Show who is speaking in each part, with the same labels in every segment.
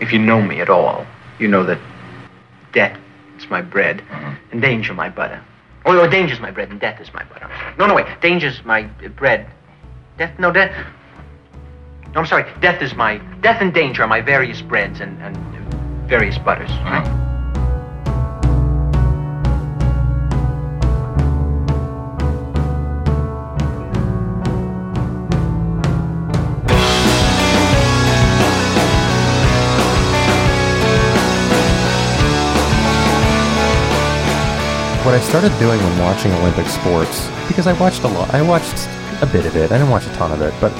Speaker 1: If you know me at all, you know that death is my bread
Speaker 2: Mhm.
Speaker 1: and danger my butter. Oh, no, danger is my bread and death is my butter. No, no, wait. Danger is my uh, bread. Death? No, death. No, I'm sorry. Death is my. Death and danger are my various breads and, and uh, various butters.
Speaker 3: Mm-hmm.
Speaker 1: right?
Speaker 3: What I started doing when watching Olympic sports, because I watched a lot, I watched a bit of it. I didn't watch a ton of it, but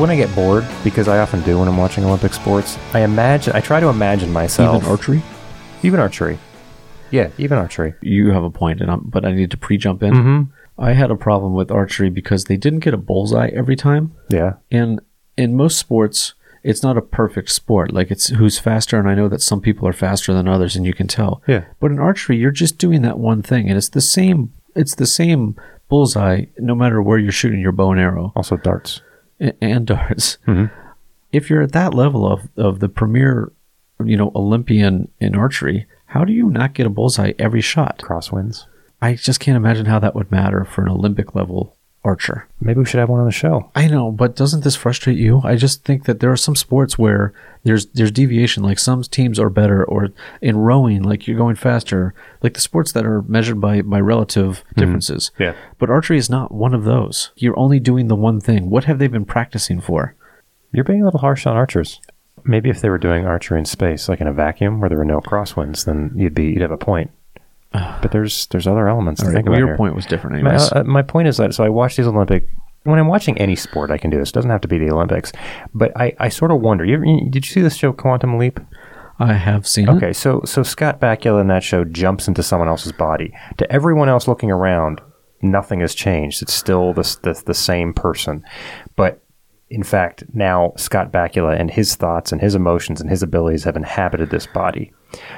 Speaker 3: when I get bored, because I often do when I'm watching Olympic sports, I imagine, I try to imagine myself.
Speaker 4: Even archery?
Speaker 3: Even archery. Yeah, even archery.
Speaker 4: You have a point, and I'm, but I need to pre jump in. I had a problem with archery because they didn't get a bullseye every time.
Speaker 3: Yeah.
Speaker 4: And in most sports, it's not a perfect sport. Like it's who's faster, and I know that some people are faster than others, and you can tell.
Speaker 3: Yeah.
Speaker 4: But in archery, you're just doing that one thing, and it's the same. It's the same bullseye, no matter where you're shooting your bow and arrow
Speaker 3: Also darts.
Speaker 4: a- and darts. If you're at that level of of the premier, you know, Olympian in archery, how do you not get a bullseye every shot?
Speaker 3: Crosswinds.
Speaker 4: I just can't imagine how that would matter for an Olympic level archer.
Speaker 3: Maybe we should have one on the show.
Speaker 4: I know, but doesn't this frustrate you? I just think that there are some sports where there's there's deviation. Like some teams are better, or in rowing, like you're going faster. Like the sports that are measured by by relative differences.
Speaker 3: Yeah.
Speaker 4: But archery is not one of those. You're only doing the one thing. What have they been practicing for?
Speaker 3: You're being a little harsh on archers. Maybe if they were doing archery in space, like in a vacuum where there were no crosswinds, then you'd be you'd have a point. But there's there's other elements to
Speaker 4: All right,
Speaker 3: think
Speaker 4: well,
Speaker 3: about
Speaker 4: your
Speaker 3: here.
Speaker 4: point was different,
Speaker 3: My,
Speaker 4: anyways.
Speaker 3: uh, my point is that so I watch these Olympic. When I'm watching any sport, I can do this. It doesn't have to be the Olympics, but I, I sort of wonder. You ever, you- did you see this show Quantum Leap?
Speaker 4: I have seen it.
Speaker 3: Okay, so so Scott Bakula in that show jumps into someone else's body. To everyone else looking around, nothing has changed. It's still the the, the same person, but in fact, now Scott Bakula and his thoughts and his emotions and his abilities have inhabited this body.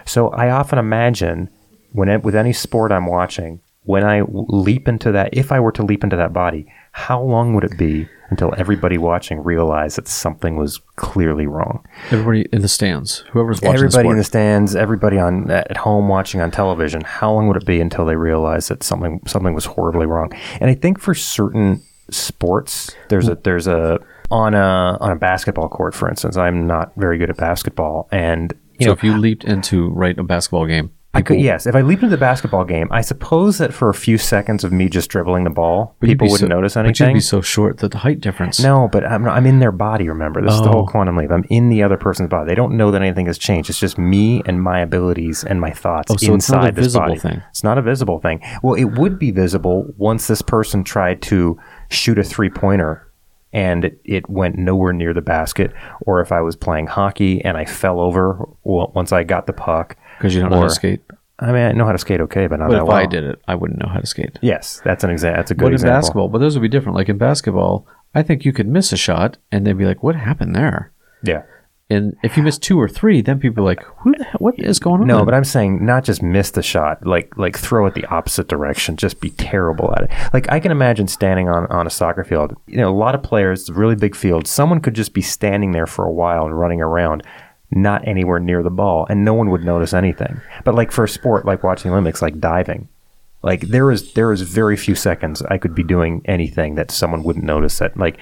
Speaker 3: So I often imagine when it, with any sport I'm watching, when I w- leap into that, if I were to leap into that body, how long would it be until everybody watching realized that something was clearly wrong?
Speaker 4: Everybody in the stands, whoever's watching the
Speaker 3: everybody
Speaker 4: sport.
Speaker 3: in the stands, everybody on at home watching on television. How long would it be until they realize that something something was horribly wrong? And I think for certain sports, there's a there's a on a on a basketball court, for instance. I'm not very good at basketball, and you
Speaker 4: so
Speaker 3: know,
Speaker 4: if you leaped into right a basketball game,
Speaker 3: I could,
Speaker 4: people-
Speaker 3: yes, if I leaped into the basketball game, I suppose that for a few seconds of me just dribbling the ball,
Speaker 4: but you'd
Speaker 3: people
Speaker 4: be
Speaker 3: wouldn't
Speaker 4: so-
Speaker 3: notice
Speaker 4: But you'd
Speaker 3: anything.
Speaker 4: be so short that the height difference.
Speaker 3: No, but I'm, not, I'm in their body, remember? This is the whole
Speaker 4: Oh.
Speaker 3: quantum leap. I'm in the other person's body. They don't know that anything has changed. It's just me and my abilities and my thoughts
Speaker 4: Oh, so it's not a
Speaker 3: inside this
Speaker 4: visible
Speaker 3: body.
Speaker 4: thing.
Speaker 3: It's not a visible thing. Well, it would be visible once this person tried to shoot a three pointer and it, it went nowhere near the basket, or if I was playing hockey and I fell over well, once I got the puck.
Speaker 4: because you don't know how
Speaker 3: Or-
Speaker 4: to skate.
Speaker 3: I mean, I know how to skate okay, but not
Speaker 4: But
Speaker 3: that
Speaker 4: if
Speaker 3: well.
Speaker 4: I did it, I wouldn't know how to skate.
Speaker 3: Yes, that's an example. That's a good
Speaker 4: But in
Speaker 3: example.
Speaker 4: basketball, but those would be different. Like in basketball, I think you could miss a shot and they'd be like, "What happened there?"
Speaker 3: Yeah.
Speaker 4: And if you miss two or three, then people are like, "Who? The hell, what is going on?"
Speaker 3: No, but I'm saying not just miss the shot, like like throw it the opposite direction, just be terrible at it. Like I can imagine standing on on a soccer field. You know, a lot of players, it's a really big field. Someone could just be standing there for a while and running around, not anywhere near the ball, and no one would notice anything. But like for a sport like watching Olympics, like diving, like there is there is very few seconds I could be doing anything that someone wouldn't notice that like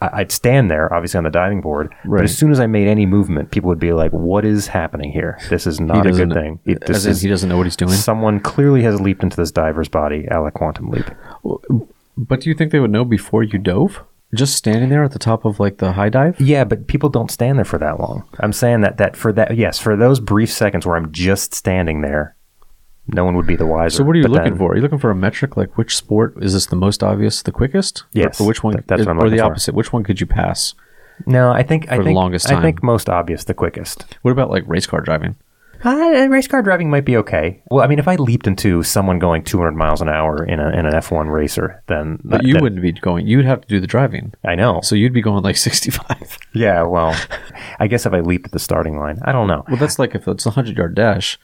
Speaker 3: I- I'd stand there, obviously on the diving board, but
Speaker 4: Right.
Speaker 3: as soon as I made any movement, people would be like, "What is happening here? This is
Speaker 4: He
Speaker 3: not a good
Speaker 4: doesn't-
Speaker 3: thing." It-
Speaker 4: as
Speaker 3: this
Speaker 4: in
Speaker 3: is,
Speaker 4: he doesn't know what he's doing.
Speaker 3: someone clearly has leaped into this diver's body, a la quantum leap.
Speaker 4: But do you think they would know before you dove? Just standing there at the top of like the high dive?
Speaker 3: Yeah, but people don't stand there for that long. I'm saying that that for that yes, for those brief seconds where I'm just standing there, no one would be the wiser.
Speaker 4: So what are you
Speaker 3: But
Speaker 4: looking
Speaker 3: then-
Speaker 4: for? Are you looking for a metric like which sport is this the most obvious, the quickest?
Speaker 3: Yes,
Speaker 4: Or which one?
Speaker 3: th- that's what I'm
Speaker 4: or the
Speaker 3: looking for.
Speaker 4: opposite? Which one could you pass?
Speaker 3: No, I think I
Speaker 4: For the
Speaker 3: think
Speaker 4: longest
Speaker 3: I
Speaker 4: time.
Speaker 3: think most obvious, the quickest.
Speaker 4: What about like race car driving?
Speaker 3: Uh, race car driving might be okay. Well, I mean, if I leaped into someone going 200 miles an hour in, a, in an F1 racer, then
Speaker 4: But you
Speaker 3: then-
Speaker 4: wouldn't be going. You'd have to do the driving.
Speaker 3: I know.
Speaker 4: So you'd be going like 65.
Speaker 3: yeah, well, I guess if I leaped at the starting line, I don't know.
Speaker 4: Well, that's like if it's a 100 yard dash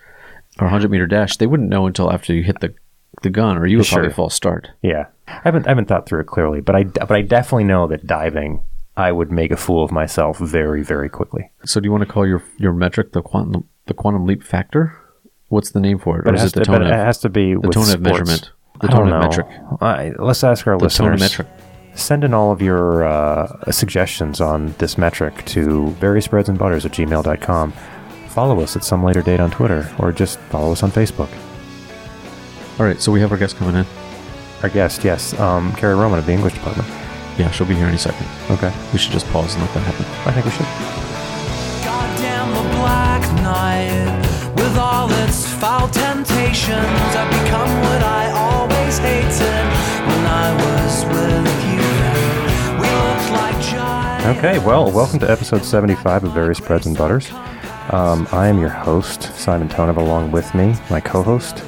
Speaker 4: or 100 meter dash, they wouldn't know until after you hit the the gun or you would
Speaker 3: Sure.
Speaker 4: probably false start.
Speaker 3: Yeah, I haven't I haven't thought through it clearly, but I but I definitely know that diving I would make a fool of myself very, very quickly.
Speaker 4: So do you want to call your your metric the quantum the quantum leap factor? What's the name for it?
Speaker 3: But
Speaker 4: Or
Speaker 3: it
Speaker 4: is
Speaker 3: has
Speaker 4: it the
Speaker 3: to,
Speaker 4: tone
Speaker 3: but it
Speaker 4: of
Speaker 3: has to be
Speaker 4: the
Speaker 3: with
Speaker 4: tone of
Speaker 3: sports.
Speaker 4: measurement? The
Speaker 3: I don't
Speaker 4: tone
Speaker 3: know.
Speaker 4: of metric.
Speaker 3: I- let's ask our
Speaker 4: The tone
Speaker 3: listeners.
Speaker 4: of metric.
Speaker 3: Send in all of your uh, suggestions on this metric to varioussbreadsandbutters at gmail.com. Follow us at some later date on Twitter or just follow us on Facebook.
Speaker 4: All right, so we have our guest coming in.
Speaker 3: Our guest, yes, um, Carrie Roman of the English Department.
Speaker 4: Yeah, she'll be here any second.
Speaker 3: Okay.
Speaker 4: We should just pause and let that happen.
Speaker 3: I think we should.
Speaker 2: Goddamn the black night with all its foul temptations. I've become what I always hated when I was with you. We looked like giants.
Speaker 3: Okay, well, welcome to episode 75 of Various Breads and Butters. Um, I am your host, Simon Tonov, along with me, my co host,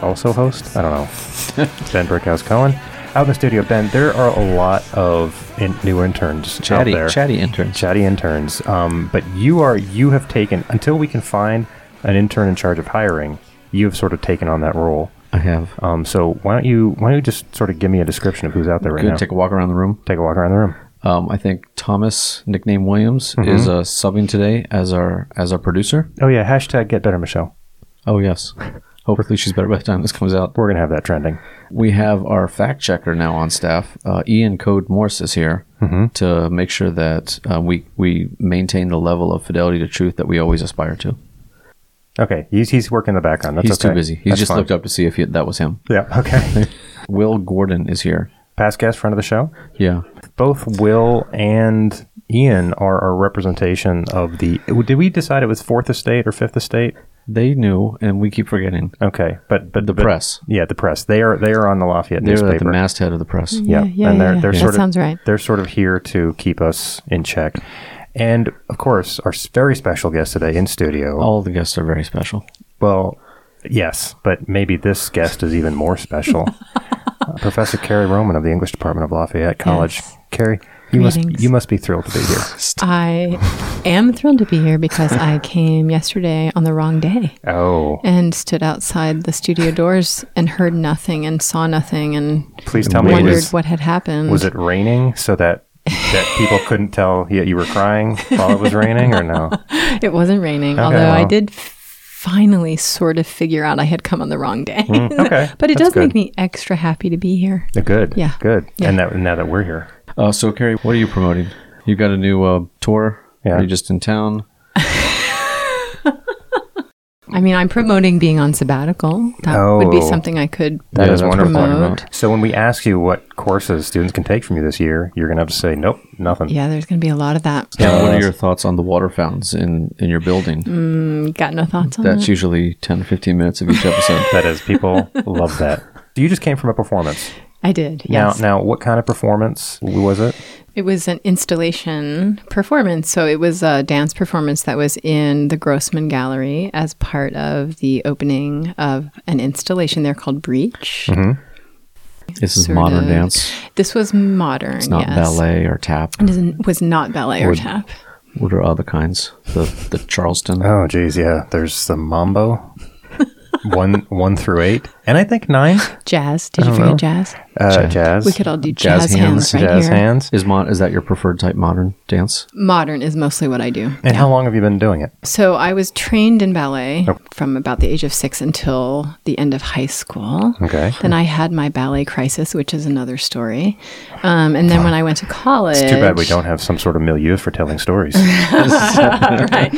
Speaker 3: also host, I don't know, Ben Brickhouse Cohen. Out in the studio, Ben, there are a lot of in, new interns
Speaker 4: Chatty,
Speaker 3: out there.
Speaker 4: chatty interns.
Speaker 3: Chatty interns. Um, but you are, you have taken, until we can find an intern in charge of hiring, you have sort of taken on that role.
Speaker 4: I have.
Speaker 3: Um, so why don't you, why don't you just sort of give me a description of who's out there right
Speaker 4: Good.
Speaker 3: now?
Speaker 4: Take a walk around the room.
Speaker 3: Take a walk around the room.
Speaker 4: Um, I think Thomas, nickname Williams,
Speaker 3: Mm-hmm.
Speaker 4: is uh, subbing today as our as our producer.
Speaker 3: Oh yeah, hashtag get better, Michelle.
Speaker 4: Oh yes. Hopefully she's better by the time this comes out.
Speaker 3: We're gonna have that trending.
Speaker 4: We have our fact checker now on staff. Uh, Ian Code Morse is here
Speaker 3: Mm-hmm.
Speaker 4: to make sure that uh, we we maintain the level of fidelity to truth that we always aspire to.
Speaker 3: Okay, he's he's working in the background. That's
Speaker 4: He's
Speaker 3: okay.
Speaker 4: too busy. He
Speaker 3: That's
Speaker 4: just
Speaker 3: fine.
Speaker 4: looked up to see if he, that was him.
Speaker 3: Yeah. Okay.
Speaker 4: Will Gordon is here.
Speaker 3: Past guest, friend of the show.
Speaker 4: Yeah.
Speaker 3: Both Will and Ian are a representation of the. Did we decide it was fourth estate or fifth estate?
Speaker 4: They knew, and we keep forgetting.
Speaker 3: Okay, but but
Speaker 4: The
Speaker 3: but-
Speaker 4: press.
Speaker 3: Yeah, the press. They are they are on the Lafayette
Speaker 4: They're at
Speaker 3: newspaper.
Speaker 4: the masthead of the press.
Speaker 3: Yeah,
Speaker 5: Yeah, yeah,
Speaker 3: and
Speaker 5: yeah,
Speaker 3: they're
Speaker 5: yeah.
Speaker 3: they're
Speaker 5: That
Speaker 3: sort of
Speaker 5: sounds right.
Speaker 3: they're sort of here to keep us in check. And of course, our s- very special guest today in studio.
Speaker 4: All the guests are very special.
Speaker 3: Well, yes, but maybe this guest is even more special. Uh, Professor Carrie Roman of the English Department of Lafayette College.
Speaker 5: Yes.
Speaker 3: Carrie, you must
Speaker 5: Greetings.
Speaker 3: you must be thrilled to be here.
Speaker 5: I am thrilled to be here because I came yesterday on the wrong day
Speaker 3: Oh,
Speaker 5: and stood outside the studio doors and heard nothing and saw nothing and
Speaker 3: please tell me it
Speaker 5: wondered
Speaker 3: was,
Speaker 5: what had happened.
Speaker 3: was it raining so that that people couldn't tell you, you were crying while it was raining or no?
Speaker 5: It wasn't raining, although I
Speaker 3: well.
Speaker 5: did finally sort of figure out I had come on the wrong day.
Speaker 3: Mm, okay,
Speaker 5: but it
Speaker 3: that's
Speaker 5: does
Speaker 3: good.
Speaker 5: make me extra happy to be here.
Speaker 3: Good.
Speaker 5: Yeah.
Speaker 3: Good.
Speaker 5: Yeah.
Speaker 3: And that now that we're here.
Speaker 4: Uh, so, Carrie, what are you promoting? You got a new uh, tour?
Speaker 3: Yeah.
Speaker 4: Are you just in town?
Speaker 5: I mean, I'm promoting being on sabbatical. That would be
Speaker 3: Oh.
Speaker 5: something I could
Speaker 3: That
Speaker 4: Yeah,
Speaker 3: is
Speaker 4: that's what I'm
Speaker 3: wonderful.
Speaker 4: talking about.
Speaker 5: promote.
Speaker 3: So when we ask you what courses students can take from you this year, you're going to have to say nope, nothing.
Speaker 5: Yeah, there's going to be a lot of that.
Speaker 4: And what are your thoughts on the water fountains in, in your building?
Speaker 5: Um, Got no thoughts on that.
Speaker 4: That's usually 10 or 15 minutes of each episode.
Speaker 3: That is, people love that. You just came from a performance.
Speaker 5: I did.
Speaker 3: Now,
Speaker 5: Yes.
Speaker 3: now, what kind of performance was it?
Speaker 5: It was an installation performance. So it was a dance performance that was in the Grossman Gallery as part of the opening of an installation there called Breach.
Speaker 3: Mm-hmm.
Speaker 4: this is
Speaker 5: Sort
Speaker 4: modern
Speaker 5: of-
Speaker 4: dance.
Speaker 5: This was modern,
Speaker 4: It's not
Speaker 5: yes.
Speaker 4: ballet or tap
Speaker 5: It isn't- was not ballet or
Speaker 4: Would-
Speaker 5: tap.
Speaker 4: What are other kinds? The the Charleston.
Speaker 3: Oh, geez, yeah. There's the mambo, one one through eight, and I think nine.
Speaker 5: Jazz. Did you forget jazz?
Speaker 3: Uh, jazz.
Speaker 5: We could all do
Speaker 4: Jazz
Speaker 5: jazz,
Speaker 4: hands,
Speaker 5: hands, right
Speaker 3: jazz
Speaker 5: here.
Speaker 3: hands.
Speaker 4: Is mon- is that your preferred type modern dance?
Speaker 5: Modern is mostly what I do.
Speaker 3: And how long have you been doing it?
Speaker 5: So I was trained in ballet
Speaker 3: Oh.
Speaker 5: from about the age of six until the end of high school.
Speaker 3: Okay.
Speaker 5: Then I had my ballet crisis, which is another story. Um, and then when I went to college,
Speaker 3: It's too bad we don't have some sort of milieu for telling stories.
Speaker 5: right.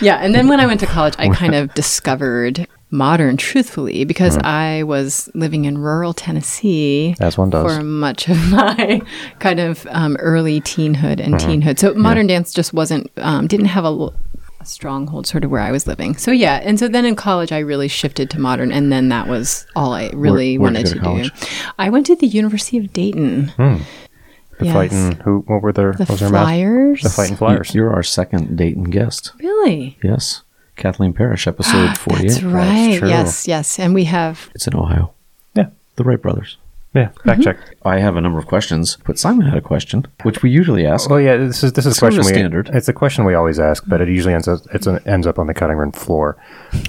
Speaker 5: Yeah. And then when I went to college, I kind of discovered modern truthfully because I was living in rural Tennessee
Speaker 3: As one does.
Speaker 5: for much of my kind of um, early teenhood and teenhood. So modern dance just wasn't, um, didn't have a, l- a stronghold sort of where I was living. So yeah. And so then in college, I really shifted to modern. And then that was all I really
Speaker 4: where'd you
Speaker 5: wanted
Speaker 4: go
Speaker 5: to,
Speaker 4: to college?
Speaker 5: do. I went to the University of Dayton.
Speaker 3: The
Speaker 5: Yes.
Speaker 3: fighting. Who? What were their?
Speaker 5: The
Speaker 3: was their mouth?
Speaker 5: Flyers.
Speaker 3: The fighting flyers.
Speaker 4: You're our second Dayton guest.
Speaker 5: Really?
Speaker 4: Yes. Kathleen Parrish, episode 48.
Speaker 5: That's right.
Speaker 3: true.
Speaker 5: yes, yes. And we have
Speaker 4: It's in Ohio.
Speaker 3: yeah.
Speaker 4: The Wright brothers.
Speaker 3: Yeah. Fact check.
Speaker 4: I have a number of questions, but Simon had a question, which we usually ask.
Speaker 3: Well, yeah. This is this is a
Speaker 4: Sort of
Speaker 3: question we
Speaker 4: standard.
Speaker 3: It's a question we always ask, but it usually ends up it's an, ends up on the cutting room floor.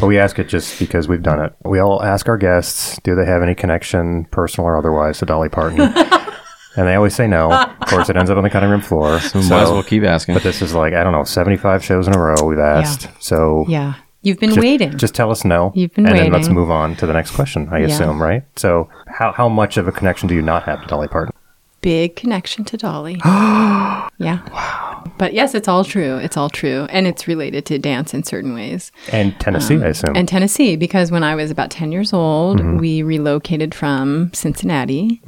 Speaker 3: But we ask it just because we've done it. We all ask our guests, do they have any connection, personal or otherwise, to Dolly Parton? and they always say no. of course, it ends up on the cutting room floor.
Speaker 4: So, might as well keep asking.
Speaker 3: But this is like I don't know, seventy-five shows in a row we've asked. So
Speaker 5: Yeah. You've been
Speaker 3: just,
Speaker 5: waiting.
Speaker 3: Just tell us no.
Speaker 5: You've been
Speaker 3: and then let's
Speaker 5: waiting.
Speaker 3: move on to the next question. I
Speaker 5: Yeah.
Speaker 3: assume, right? So how how much of a connection do you not have to Dolly Parton?
Speaker 5: Big connection to Dolly. yeah. Wow. But yes, it's all true. It's all true. And it's related to dance in certain ways.
Speaker 3: And Tennessee, I assume.
Speaker 5: And Tennessee, because when I was about 10 years old,
Speaker 3: Mm-hmm.
Speaker 5: we relocated from Cincinnati,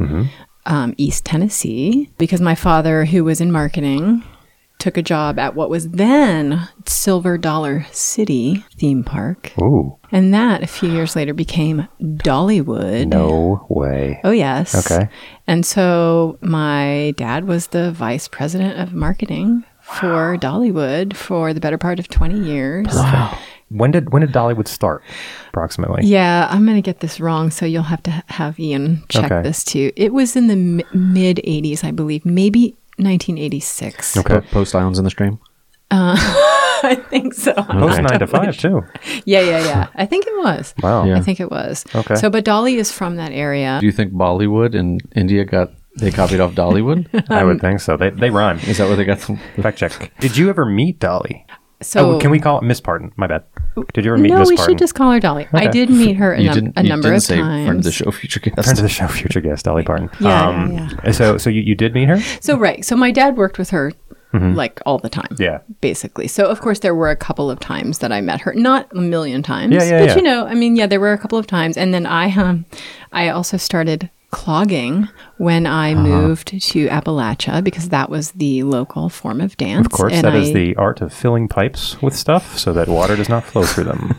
Speaker 5: um, East Tennessee, because my father, who was in marketing, took a job at what was then Silver Dollar City theme park.
Speaker 3: Ooh,
Speaker 5: And that a few years later became Dollywood.
Speaker 3: no way.
Speaker 5: Oh, yes.
Speaker 3: Okay.
Speaker 5: And so my dad was the vice president of marketing for Dollywood for the better part of 20 years.
Speaker 3: When did when did Dollywood start? Approximately.
Speaker 5: Yeah, I'm going to get this wrong, so you'll have to ha- have Ian check
Speaker 3: Okay.
Speaker 5: this too. It was in the mi- mid 80s, I believe, maybe 1986.
Speaker 3: Okay.
Speaker 4: Po- Post Islands in the Stream.
Speaker 5: Uh, I think so.
Speaker 3: Post nine to five too.
Speaker 5: Yeah, yeah, yeah. I think it was.
Speaker 3: Wow.
Speaker 5: I
Speaker 4: Yeah.
Speaker 5: think it was.
Speaker 3: Okay.
Speaker 5: So, but Dolly is from that area.
Speaker 4: Do you think Bollywood and India got they copied off Dollywood?
Speaker 3: I
Speaker 5: Um,
Speaker 3: would think so. They they rhyme.
Speaker 4: Is that where they got the,
Speaker 3: Fact check. Did you ever meet Dolly?
Speaker 5: So
Speaker 3: oh, can we call it Miss Parton? My bad. Did you ever meet
Speaker 5: No,
Speaker 3: Miss
Speaker 5: we
Speaker 3: Parton?
Speaker 5: should just call her Dolly. I
Speaker 3: Okay.
Speaker 5: did meet her a,
Speaker 4: you
Speaker 5: num-
Speaker 4: didn't,
Speaker 5: a
Speaker 4: you
Speaker 5: number
Speaker 4: didn't
Speaker 5: of
Speaker 4: say
Speaker 5: times.
Speaker 4: friend of the show future
Speaker 3: Friend
Speaker 4: guest.
Speaker 3: of the show, future guest Dolly Parton.
Speaker 5: Yeah, yeah,
Speaker 3: So, so you, you did meet her?
Speaker 5: So Oh, right. So my dad worked with her like all the time.
Speaker 3: Mm-hmm. Yeah.
Speaker 5: Basically. So of course there were a couple of times that I met her. Not a million times.
Speaker 3: Yeah, yeah,
Speaker 5: but
Speaker 3: yeah.
Speaker 5: you know, I mean, yeah, there were a couple of times. And then I um I also started clogging when I
Speaker 3: Uh-huh.
Speaker 5: moved to Appalachia because that was the local form of dance.
Speaker 3: Of course,
Speaker 5: and
Speaker 3: that is
Speaker 5: I-
Speaker 3: the art of filling pipes with stuff so that water does not flow through them.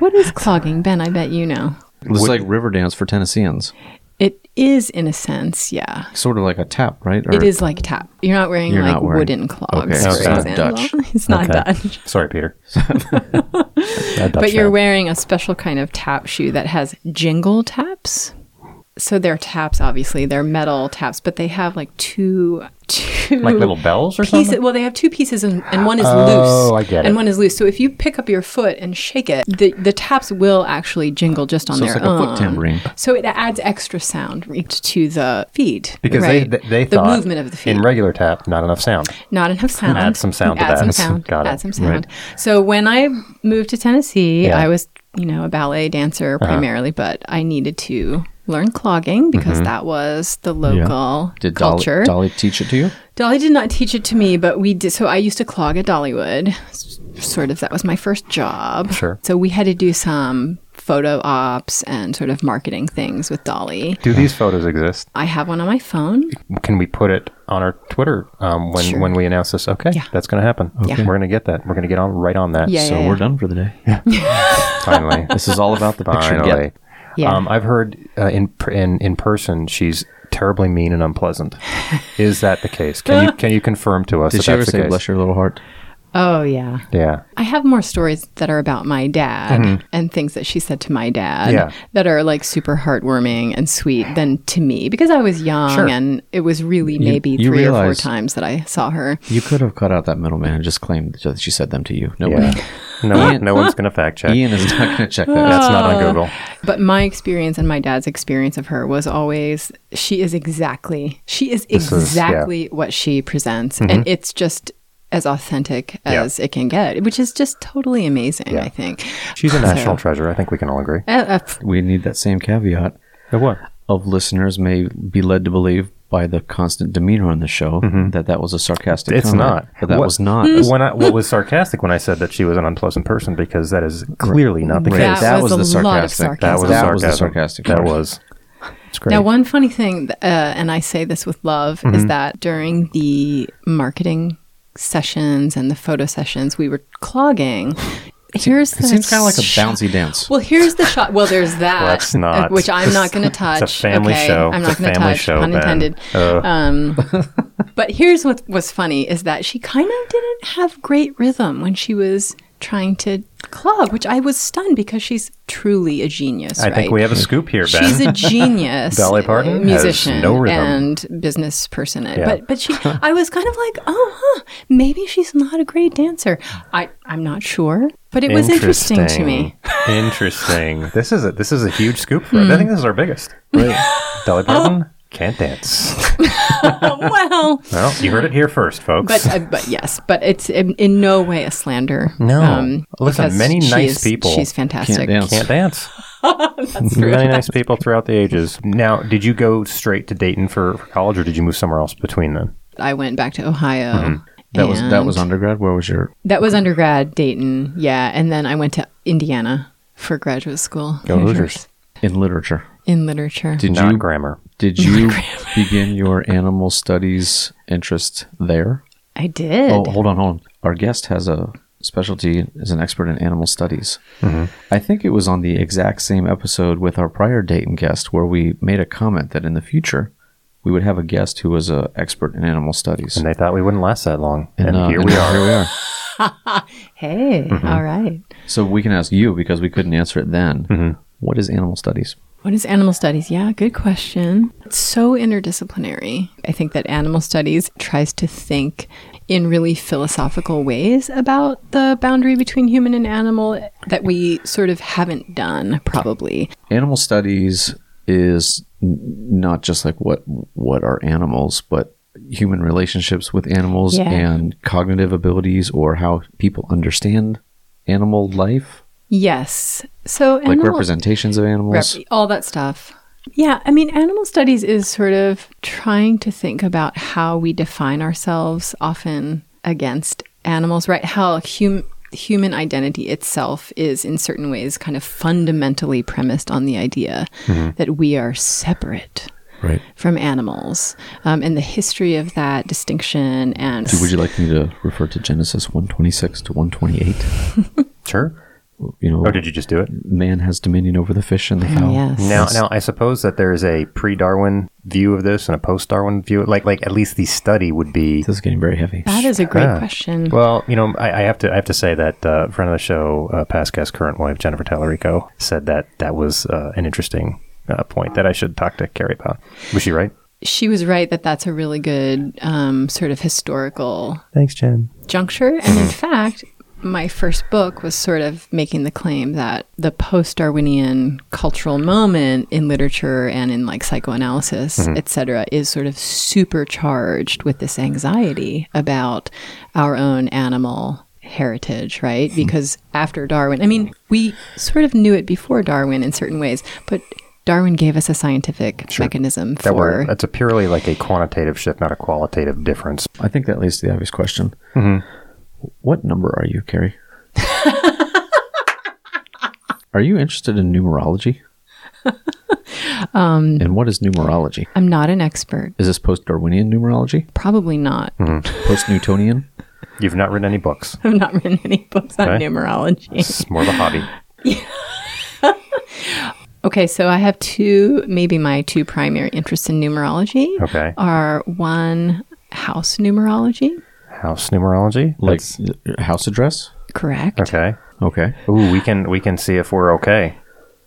Speaker 5: What is clogging, Ben? I bet you know.
Speaker 4: It's like Riverdance for Tennesseans.
Speaker 5: It is in a sense, yeah.
Speaker 4: Sort of like a tap, right? Or
Speaker 5: It is like tap. You're not wearing
Speaker 4: You're
Speaker 5: like
Speaker 4: not wearing-
Speaker 5: wooden clogs.
Speaker 4: Okay,
Speaker 3: so
Speaker 5: for
Speaker 3: it's not
Speaker 5: example.
Speaker 4: Dutch.
Speaker 5: It's not
Speaker 3: Okay.
Speaker 5: Dutch.
Speaker 3: Sorry, Peter. Bad Dutch
Speaker 5: But you're
Speaker 3: man.
Speaker 5: wearing a special kind of tap shoe that has jingle taps. So they're taps, obviously. They're metal taps, but they have like two, two
Speaker 3: like little bells or
Speaker 5: pieces.
Speaker 3: something. Oh,
Speaker 5: Well, they have two pieces, and, and one is loose.
Speaker 3: I get it.
Speaker 5: And one is loose. So if you pick up your foot and shake it, the, the taps will actually jingle just on
Speaker 4: So it's
Speaker 5: their
Speaker 4: like a
Speaker 5: own.
Speaker 4: foot tambourine.
Speaker 5: So it adds extra sound to the feet.
Speaker 3: Because
Speaker 5: right?
Speaker 3: they, they, they
Speaker 5: the
Speaker 3: thought
Speaker 5: movement of the feet
Speaker 3: in regular tap, not enough sound.
Speaker 5: not enough sound.
Speaker 3: Add some sound to
Speaker 5: Add some
Speaker 3: that.
Speaker 5: sound.
Speaker 3: Got it.
Speaker 5: Add some sound. So when I moved to Tennessee,
Speaker 3: Yeah. Uh-huh.
Speaker 5: I was, you know, a ballet dancer primarily, but I needed to learn clogging because
Speaker 3: Mm-hmm.
Speaker 5: that was the local
Speaker 4: Did Dolly,
Speaker 5: culture.
Speaker 4: Dolly teach it to you?
Speaker 5: Dolly did not teach it to me, but we did. So I used to clog at Dollywood. S- Sort of, that was my first job.
Speaker 3: Sure.
Speaker 5: So we had to do some photo ops and sort of marketing things with Dolly.
Speaker 3: Do these photos exist?
Speaker 5: I have one on my phone.
Speaker 3: Can we put it on our Twitter um, when,
Speaker 5: Sure.
Speaker 3: when we announce this? Okay,
Speaker 5: Yeah.
Speaker 3: that's going to happen.
Speaker 5: Okay.
Speaker 3: We're going to get that. We're going to get on right on that.
Speaker 5: Yeah,
Speaker 4: So
Speaker 5: yeah,
Speaker 4: we're
Speaker 5: yeah.
Speaker 4: done for the day.
Speaker 3: Finally.
Speaker 4: This is all about the picture.
Speaker 3: Finally.
Speaker 4: Get.
Speaker 5: Yeah.
Speaker 3: Um, I've heard uh, in per- in in person she's terribly mean and unpleasant. Is that the case? Can you can you confirm to us?
Speaker 4: Did
Speaker 3: that
Speaker 4: she ever
Speaker 3: that's
Speaker 4: say
Speaker 3: the
Speaker 4: "bless your little heart"?
Speaker 5: Oh, yeah.
Speaker 3: case? Yeah.
Speaker 5: I have more stories that are about my dad and things that she said to my dad
Speaker 3: Mm-hmm. Yeah.
Speaker 5: that are like super heartwarming and sweet than to me because I was young
Speaker 3: Sure.
Speaker 5: and it was really maybe
Speaker 4: you
Speaker 5: three or four
Speaker 4: realize-
Speaker 5: times that I saw her.
Speaker 4: You could have cut out that middleman and just claimed that she said them to you. No
Speaker 3: Yeah. No one,
Speaker 4: Ian-
Speaker 3: no one's gonna fact check.
Speaker 4: way. Ian is not going to check that.
Speaker 3: That's not
Speaker 5: Oh.
Speaker 3: on Google.
Speaker 5: But my experience and my dad's experience of her was always she is exactly she is
Speaker 3: is- Mm-hmm.
Speaker 5: exactly what she presents and it's just as authentic
Speaker 3: Yeah.
Speaker 5: as it can get, which is just totally amazing,
Speaker 3: Yeah.
Speaker 5: I think.
Speaker 3: She's a national
Speaker 5: So-
Speaker 3: treasure. I think we can all agree.
Speaker 5: Uh, uh, f-
Speaker 4: we need that same caveat
Speaker 3: It was.
Speaker 4: of listeners may be led to believe by the constant demeanor on the show that that was a sarcastic.
Speaker 3: Mm-hmm. It's
Speaker 4: comment,
Speaker 3: not.
Speaker 4: But that
Speaker 3: What-
Speaker 4: was not.
Speaker 5: Hmm.
Speaker 3: When I, what was sarcastic when I said that she was an unpleasant person because that is clearly not the
Speaker 4: Right.
Speaker 5: That
Speaker 3: case.
Speaker 5: was a lot
Speaker 3: That
Speaker 5: of
Speaker 3: was, a
Speaker 4: That was the
Speaker 3: sarcasm.
Speaker 4: sarcastic
Speaker 3: That
Speaker 4: part.
Speaker 3: was. It's great. Mm-hmm.
Speaker 5: Now, one funny thing, th- uh, and I say this with love, is that during the marketing sessions and the photo sessions, we were clogging. Here's
Speaker 4: it
Speaker 5: the
Speaker 4: seems kind of like a
Speaker 5: shot-
Speaker 4: bouncy dance.
Speaker 5: Well, here's the shot. Well, there's that.
Speaker 3: Let's
Speaker 5: uh,
Speaker 3: not.
Speaker 5: Which I'm not going to touch.
Speaker 3: it's a family
Speaker 5: okay?
Speaker 3: show.
Speaker 5: I'm
Speaker 3: It's
Speaker 5: not
Speaker 3: a
Speaker 5: going to
Speaker 3: family
Speaker 5: touch.
Speaker 3: show,
Speaker 5: pun
Speaker 3: Ben.
Speaker 5: intended.
Speaker 3: Ugh.
Speaker 5: Um, but here's what was funny is that she kind of didn't have great rhythm when she was trying to clog, which I was stunned because she's truly a genius.
Speaker 3: I think
Speaker 5: right?
Speaker 3: we have a scoop here, Ben.
Speaker 5: She's a genius.
Speaker 3: Dolly Parton has
Speaker 5: musician,
Speaker 3: no rhythm.
Speaker 5: and business person.
Speaker 3: Yeah.
Speaker 5: But but she, I was kind of like, oh, huh, maybe she's not a great dancer. I I'm not sure, but it was interesting to me. Hmm. Oh.
Speaker 3: Interesting. This is a this is a huge scoop for us. I think this is our biggest. Right. Dolly Parton Can't dance.
Speaker 5: well,
Speaker 3: well, you heard it here first, folks.
Speaker 5: but uh, but yes, but it's in, in no way a slander. um,
Speaker 3: No. Listen,
Speaker 5: because
Speaker 3: many
Speaker 5: she
Speaker 3: nice
Speaker 5: is-
Speaker 3: people
Speaker 5: She's
Speaker 4: can't
Speaker 5: fantastic.
Speaker 4: dance.
Speaker 3: can't dance. Really nice people throughout the ages. Now, did you go straight to Dayton for, for college, or did you move somewhere else between then?
Speaker 5: I went back to Ohio.
Speaker 3: Mm-hmm.
Speaker 4: That was that was
Speaker 5: and-
Speaker 4: undergrad. Where was your?
Speaker 5: that was undergrad Dayton, yeah, and then I went to Indiana for graduate school.
Speaker 3: Go Hoosiers.
Speaker 4: In literature.
Speaker 5: in literature.
Speaker 4: Did
Speaker 3: Not
Speaker 4: you
Speaker 3: grammar.
Speaker 4: did you begin your animal studies interest there?
Speaker 5: I did.
Speaker 4: Oh, hold on, hold on. Our guest has a specialty as an expert in animal studies.
Speaker 3: Mm-hmm.
Speaker 4: I think it was on the exact same episode with our prior Dayton guest where we made a comment that in the future we would have a guest who was an expert in animal studies.
Speaker 3: And they thought we wouldn't last that long. And,
Speaker 4: uh,
Speaker 3: here we are.
Speaker 4: Here we are.
Speaker 5: Hey, all right.
Speaker 4: So we can ask you because we couldn't answer it then.
Speaker 3: Mm-hmm.
Speaker 4: What is animal studies?
Speaker 5: What is animal studies? Yeah, good question. It's so interdisciplinary. I think that animal studies tries to think in really philosophical ways about the boundary between human and animal that we sort of haven't done, probably.
Speaker 4: Animal studies is n- not just like what what are animals, but human relationships with animals
Speaker 5: Yeah.
Speaker 4: and cognitive abilities or how people understand animal life,
Speaker 5: Yes. So,
Speaker 4: like
Speaker 5: animal-
Speaker 4: representations of animals.
Speaker 5: Rep- all that stuff. Yeah, I mean, animal studies is sort of trying to think about how we define ourselves often against animals, right? How hum- human identity itself is, in certain ways, kind of fundamentally premised on the idea that we are separate
Speaker 4: right.
Speaker 5: from animals um, and the history of that distinction. And
Speaker 4: Would you like me to refer to Genesis 126 to 128?
Speaker 3: Sure.
Speaker 4: You know,
Speaker 3: Or did you just do it?
Speaker 4: man has dominion over the fish and the fowl.
Speaker 5: Oh, yes.
Speaker 3: Now, now I suppose that there is a pre-Darwin view of this and a post-Darwin view. Like, like at least the study would be.
Speaker 4: This is getting very heavy.
Speaker 5: That is a great
Speaker 3: Yeah.
Speaker 5: question.
Speaker 3: Well, you know, I, I have to, I have to say that uh, friend of the show, uh, past guest, current wife Jennifer Tallarico, said that that was uh, an interesting uh, point that I should talk to Carrie about. Was she right?
Speaker 5: she was right that that's a really good um, sort of historical
Speaker 3: Thanks, Jen.
Speaker 5: juncture. And
Speaker 3: Mm-hmm.
Speaker 5: in fact, my first book was sort of making the claim that the post Darwinian cultural moment in literature and in like psychoanalysis,
Speaker 3: Mm-hmm.
Speaker 5: et cetera, is sort of supercharged with this anxiety about our own animal heritage, right?
Speaker 3: Mm-hmm.
Speaker 5: Because after Darwin, I mean, we sort of knew it before Darwin in certain ways, but Darwin gave us a scientific mechanism
Speaker 3: That
Speaker 5: for
Speaker 3: were that's a purely like a quantitative shift, not a qualitative difference.
Speaker 4: I think that leads to the obvious question.
Speaker 3: Mm-hmm.
Speaker 4: What number are you, Carrie? are you interested in numerology? um, and what is numerology?
Speaker 5: I'm not an expert.
Speaker 4: Is this post Darwinian numerology?
Speaker 5: Probably not.
Speaker 3: Hmm.
Speaker 4: Post Newtonian?
Speaker 3: You've not written any books.
Speaker 5: I've not written any books on
Speaker 3: Okay.
Speaker 5: numerology.
Speaker 3: It's more of a hobby.
Speaker 5: Okay, so I have two, maybe my two primary interests in numerology
Speaker 3: Okay.
Speaker 5: are one, house numerology,
Speaker 3: House numerology.
Speaker 4: like
Speaker 3: That's-
Speaker 4: uh, house address?
Speaker 5: correct?
Speaker 3: okay.
Speaker 4: Okay.
Speaker 3: Ooh, we can we can see if we're okay.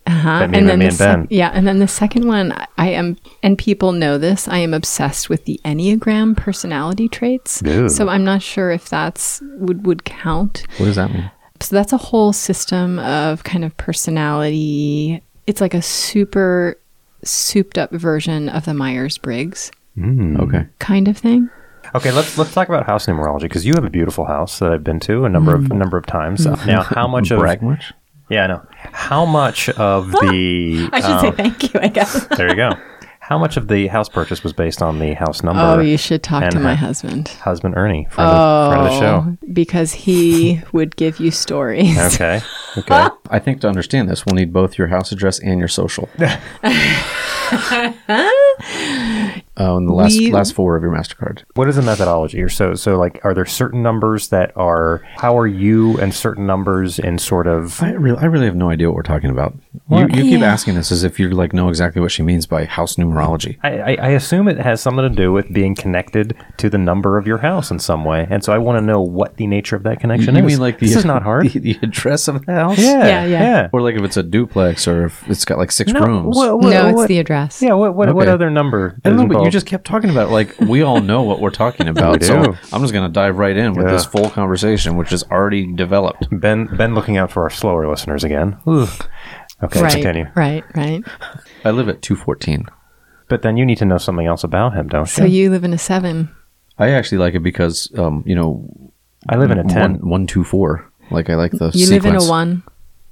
Speaker 5: Uh-huh.
Speaker 3: That me, me, me,
Speaker 5: the
Speaker 3: and
Speaker 5: sec-
Speaker 3: Ben.
Speaker 5: yeah, and then the second one, I am, and people know this. I am obsessed with the Enneagram personality traits.
Speaker 3: Ooh.
Speaker 5: So I'm not sure if that's would would count.
Speaker 4: What does that mean?
Speaker 5: So that's a whole system of kind of personality. It's like a super souped up version of the Myers Briggs
Speaker 3: Mm.
Speaker 4: Okay.
Speaker 5: kind of thing.
Speaker 3: Okay, let's let's talk about house numerology because you have a beautiful house that I've been to a number
Speaker 5: Mm.
Speaker 3: of a number of times.
Speaker 5: Mm-hmm.
Speaker 3: Now, how much of
Speaker 4: Brag much?
Speaker 3: yeah, I know. How much of the
Speaker 5: I should
Speaker 3: um,
Speaker 5: say thank you, I guess.
Speaker 3: there you go. How much of the house purchase was based on the house number?
Speaker 5: Oh, you should talk
Speaker 3: and
Speaker 5: to my
Speaker 3: ha-
Speaker 5: husband.
Speaker 3: Husband Ernie, friend, of, friend of the show.
Speaker 5: Oh, because he would give you stories.
Speaker 3: Okay, okay.
Speaker 4: I think to understand this, we'll need both your house address and your social. Oh, and the last
Speaker 5: We-
Speaker 4: last four of your Mastercard.
Speaker 3: What is the methodology? Or so so like are there certain numbers that are how are you and certain numbers in sort of
Speaker 4: I really, I really have no idea what we're talking about. You, you keep asking this as if you like know exactly what she means by house numerology.
Speaker 3: I, I I assume it has something to do with being connected to the number of your house in some way, and so I want to know what the nature of that connection
Speaker 4: you
Speaker 3: is.
Speaker 4: mean like the,
Speaker 3: this is not hard.
Speaker 4: The, the address of the house?
Speaker 3: yeah,
Speaker 5: Yeah,
Speaker 3: yeah,
Speaker 5: yeah.
Speaker 4: Or like if it's a duplex or if it's got like six rooms.
Speaker 3: what- what-
Speaker 5: no, it's
Speaker 3: what-
Speaker 5: the address.
Speaker 3: Yeah, what what, what
Speaker 4: Okay.
Speaker 3: other number?
Speaker 4: I don't
Speaker 3: is
Speaker 4: know, but you
Speaker 3: involved?
Speaker 4: just kept talking about it. like we all know what we're talking about.
Speaker 3: We
Speaker 4: so
Speaker 3: do.
Speaker 4: I'm just gonna dive right in with
Speaker 3: Yeah.
Speaker 4: this full conversation, which is already developed.
Speaker 3: Ben Ben looking out for our slower listeners again. Ooh. Okay,
Speaker 5: right,
Speaker 3: continue.
Speaker 5: right, right.
Speaker 4: I live at 214.
Speaker 3: But then you need to know something else about him, don't
Speaker 5: So
Speaker 3: you?
Speaker 5: you live in a seven.
Speaker 4: I actually like it because, um, you know,
Speaker 3: I live in a ten.
Speaker 4: One, one, two, four. Like I like the.
Speaker 5: You live in a
Speaker 4: sequence.
Speaker 5: one.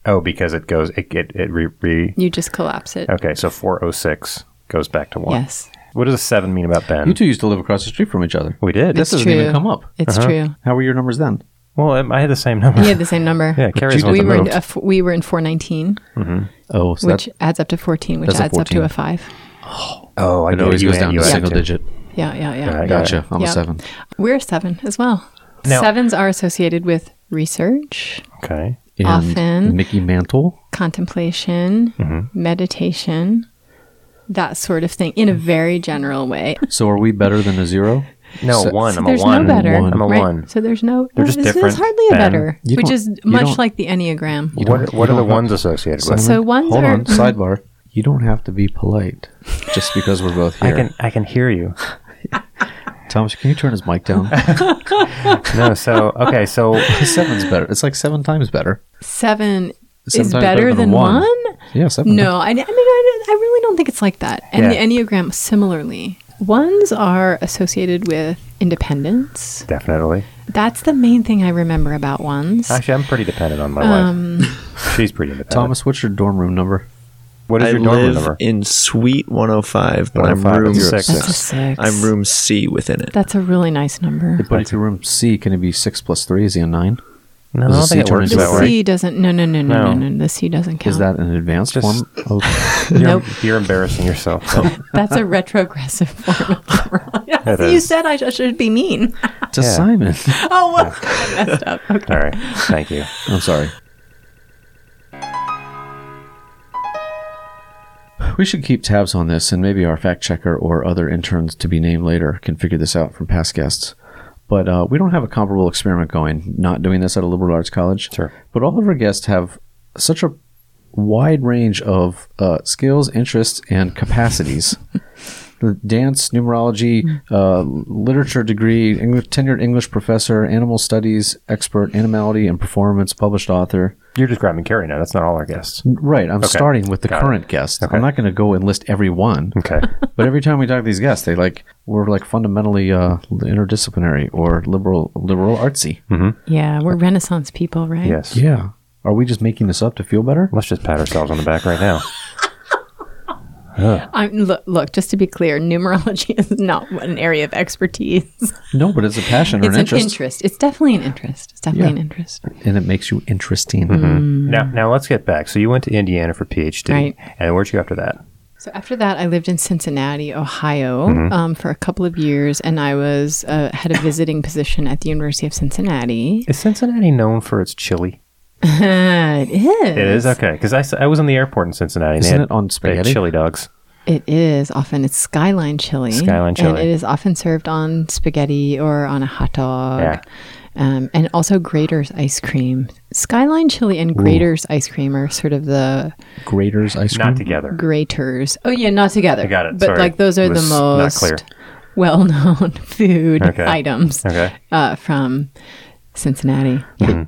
Speaker 3: Oh, because it goes it it, it re, re
Speaker 5: You just collapse it.
Speaker 3: Okay, so 406 goes back to 1.
Speaker 5: Yes,
Speaker 3: What does a 7 mean about Ben?
Speaker 4: You two used to live across the street from each other.
Speaker 3: we did.
Speaker 4: This
Speaker 5: It's
Speaker 4: doesn't even
Speaker 5: true.
Speaker 4: come up.
Speaker 5: it's
Speaker 3: Uh-huh.
Speaker 5: true.
Speaker 4: How were your numbers then?
Speaker 3: well, um, I had the same number.
Speaker 5: You had the same number.
Speaker 3: Yeah, Carrie's
Speaker 4: you
Speaker 3: one
Speaker 5: we
Speaker 3: that
Speaker 5: were in
Speaker 3: moved.
Speaker 5: a f- we were in four nineteen,
Speaker 4: Oh, so
Speaker 5: which
Speaker 4: that
Speaker 5: adds up to fourteen, which
Speaker 4: that's a
Speaker 5: adds up to
Speaker 4: 14.
Speaker 5: a five.
Speaker 3: oh, I
Speaker 4: it
Speaker 3: get
Speaker 4: always
Speaker 3: You
Speaker 4: goes
Speaker 3: had-
Speaker 4: down
Speaker 3: you
Speaker 4: to
Speaker 3: had
Speaker 4: single
Speaker 3: two.
Speaker 4: digit.
Speaker 5: Yeah, yeah, yeah.
Speaker 3: Got it, got it.
Speaker 4: Gotcha. I'm a
Speaker 5: Yep.
Speaker 4: seven.
Speaker 5: We're a seven as well.
Speaker 3: Now-
Speaker 5: Sevens are associated with research,
Speaker 3: Okay.
Speaker 4: And
Speaker 5: Often.
Speaker 4: Mickey Mantle.
Speaker 5: contemplation, meditation, that sort of thing in a very general way.
Speaker 4: So are we better than a zero?
Speaker 3: No,
Speaker 4: So-
Speaker 3: 1.
Speaker 5: So
Speaker 3: I'm a
Speaker 5: there's
Speaker 3: 1.
Speaker 5: no better.
Speaker 3: I'm a
Speaker 5: right?
Speaker 3: 1.
Speaker 5: So there's no.
Speaker 3: They're just
Speaker 5: there's-
Speaker 3: different,
Speaker 5: There's hardly a
Speaker 3: Ben.
Speaker 5: better,
Speaker 4: You
Speaker 5: which
Speaker 4: don't-
Speaker 5: is
Speaker 4: you
Speaker 5: much
Speaker 4: don't-
Speaker 5: like the Enneagram.
Speaker 3: What,
Speaker 4: You
Speaker 3: what are
Speaker 4: don't
Speaker 3: the
Speaker 4: have-
Speaker 3: ones associated with?
Speaker 5: So ones
Speaker 4: Hold
Speaker 5: are-
Speaker 4: on. Sidebar. You don't have to be polite just because we're both
Speaker 3: I
Speaker 4: here.
Speaker 3: can I can hear you.
Speaker 4: Thomas, can you turn his mic down?
Speaker 3: No, so okay, so
Speaker 4: Seven's better. It's like seven times better.
Speaker 5: Seven
Speaker 4: Sometimes
Speaker 5: is better, than, one.
Speaker 4: Yeah, seven.
Speaker 5: No, I, I mean, I, I really don't think it's like that. And
Speaker 3: Yeah.
Speaker 5: the Enneagram, similarly, ones are associated with independence.
Speaker 3: definitely.
Speaker 5: That's the main thing I remember about ones.
Speaker 3: Actually, I'm pretty dependent on my
Speaker 5: Um,
Speaker 3: wife. She's pretty independent.
Speaker 4: Thomas, what's your dorm room number?
Speaker 3: what is
Speaker 6: I
Speaker 3: your dorm room
Speaker 6: live
Speaker 3: number?
Speaker 6: in Suite 105, but I'm
Speaker 3: 105,
Speaker 6: room
Speaker 3: you're at
Speaker 6: six.
Speaker 5: that's a six.
Speaker 6: I'm room C within it.
Speaker 5: That's a really nice number.
Speaker 4: But if your room C, can it be six plus three? Is he a nine?
Speaker 3: No, I
Speaker 4: Does
Speaker 3: don't
Speaker 4: the
Speaker 3: think it
Speaker 4: C turn
Speaker 3: works
Speaker 5: The
Speaker 4: into
Speaker 3: that
Speaker 4: a
Speaker 5: C
Speaker 3: way.
Speaker 5: doesn't. No, no, no,
Speaker 3: No.
Speaker 5: no, no, no. The C doesn't count.
Speaker 4: Is that an advanced
Speaker 3: Just-
Speaker 4: form? of
Speaker 5: nope.
Speaker 3: You're embarrassing yourself.
Speaker 5: That's a retrogressive form of
Speaker 3: It
Speaker 5: power. you
Speaker 3: is.
Speaker 5: said I sh- should be mean.
Speaker 4: to
Speaker 3: Yeah.
Speaker 4: Simon?
Speaker 5: Oh, well, I messed up. Okay.
Speaker 3: All right. Thank you.
Speaker 4: I'm sorry. We should keep tabs on this, and maybe our fact checker or other interns to be named later can figure this out from past guests. But uh, we don't have a comparable experiment going, not doing this at a liberal arts college.
Speaker 3: Sure.
Speaker 4: But all of our guests have such a wide range of uh, skills, interests, and capacities. The dance, numerology, uh, literature degree, English, tenured English professor, animal studies expert, animality and performance, published author.
Speaker 3: You're just grabbing Carrie now. That's not all our guests.
Speaker 4: Right. I'm starting with the
Speaker 3: Got it.
Speaker 4: current guests.
Speaker 3: Okay.
Speaker 4: I'm not going to go and list every one.
Speaker 3: Okay.
Speaker 4: but every time we talk to these guests, they like we're like fundamentally uh, interdisciplinary or liberal, liberal artsy.
Speaker 3: Hmm.
Speaker 5: Yeah, we're Renaissance people, right?
Speaker 3: Yes.
Speaker 4: Yeah. Are we just making this up to feel better?
Speaker 3: Let's just pat ourselves on the back right now.
Speaker 5: I'm, look, look, just to be clear, numerology is not an area of expertise.
Speaker 4: No, but it's a passion or
Speaker 5: it's
Speaker 4: an interest,
Speaker 5: an interest. It's definitely an interest. It's definitely
Speaker 4: Yeah.
Speaker 5: an interest.
Speaker 4: and it makes you interesting.
Speaker 3: Now, now let's get back. So you went to Indiana for PhD,
Speaker 5: Mm. Right.
Speaker 3: and where'd you go after that?
Speaker 5: So after that, I lived in Cincinnati, Ohio, um, for a couple of years, and I was uh, had a visiting position at the University of Cincinnati.
Speaker 3: Is Cincinnati known for its chili?
Speaker 5: it is.
Speaker 3: It is okay because I, s- I was in the airport in Cincinnati. and they
Speaker 4: Isn't
Speaker 3: had-
Speaker 4: it on
Speaker 3: they had
Speaker 4: spaghetti?
Speaker 3: chili dogs.
Speaker 5: It is often it's skyline chili.
Speaker 3: Skyline
Speaker 5: And
Speaker 3: chili.
Speaker 5: it is often served on spaghetti or on a hot dog.
Speaker 3: Yeah.
Speaker 5: Um, and also Grater's ice cream. Skyline chili and Grater's ice cream are sort of the
Speaker 4: Graders ice cream.
Speaker 3: Not together.
Speaker 5: Graters. Oh yeah, not together.
Speaker 3: I got it.
Speaker 5: But
Speaker 3: Sorry.
Speaker 5: like those are
Speaker 3: It
Speaker 5: the
Speaker 3: was not
Speaker 5: most
Speaker 3: clear.
Speaker 5: well-known food
Speaker 3: Okay.
Speaker 5: items
Speaker 3: Okay.
Speaker 5: uh, from Cincinnati.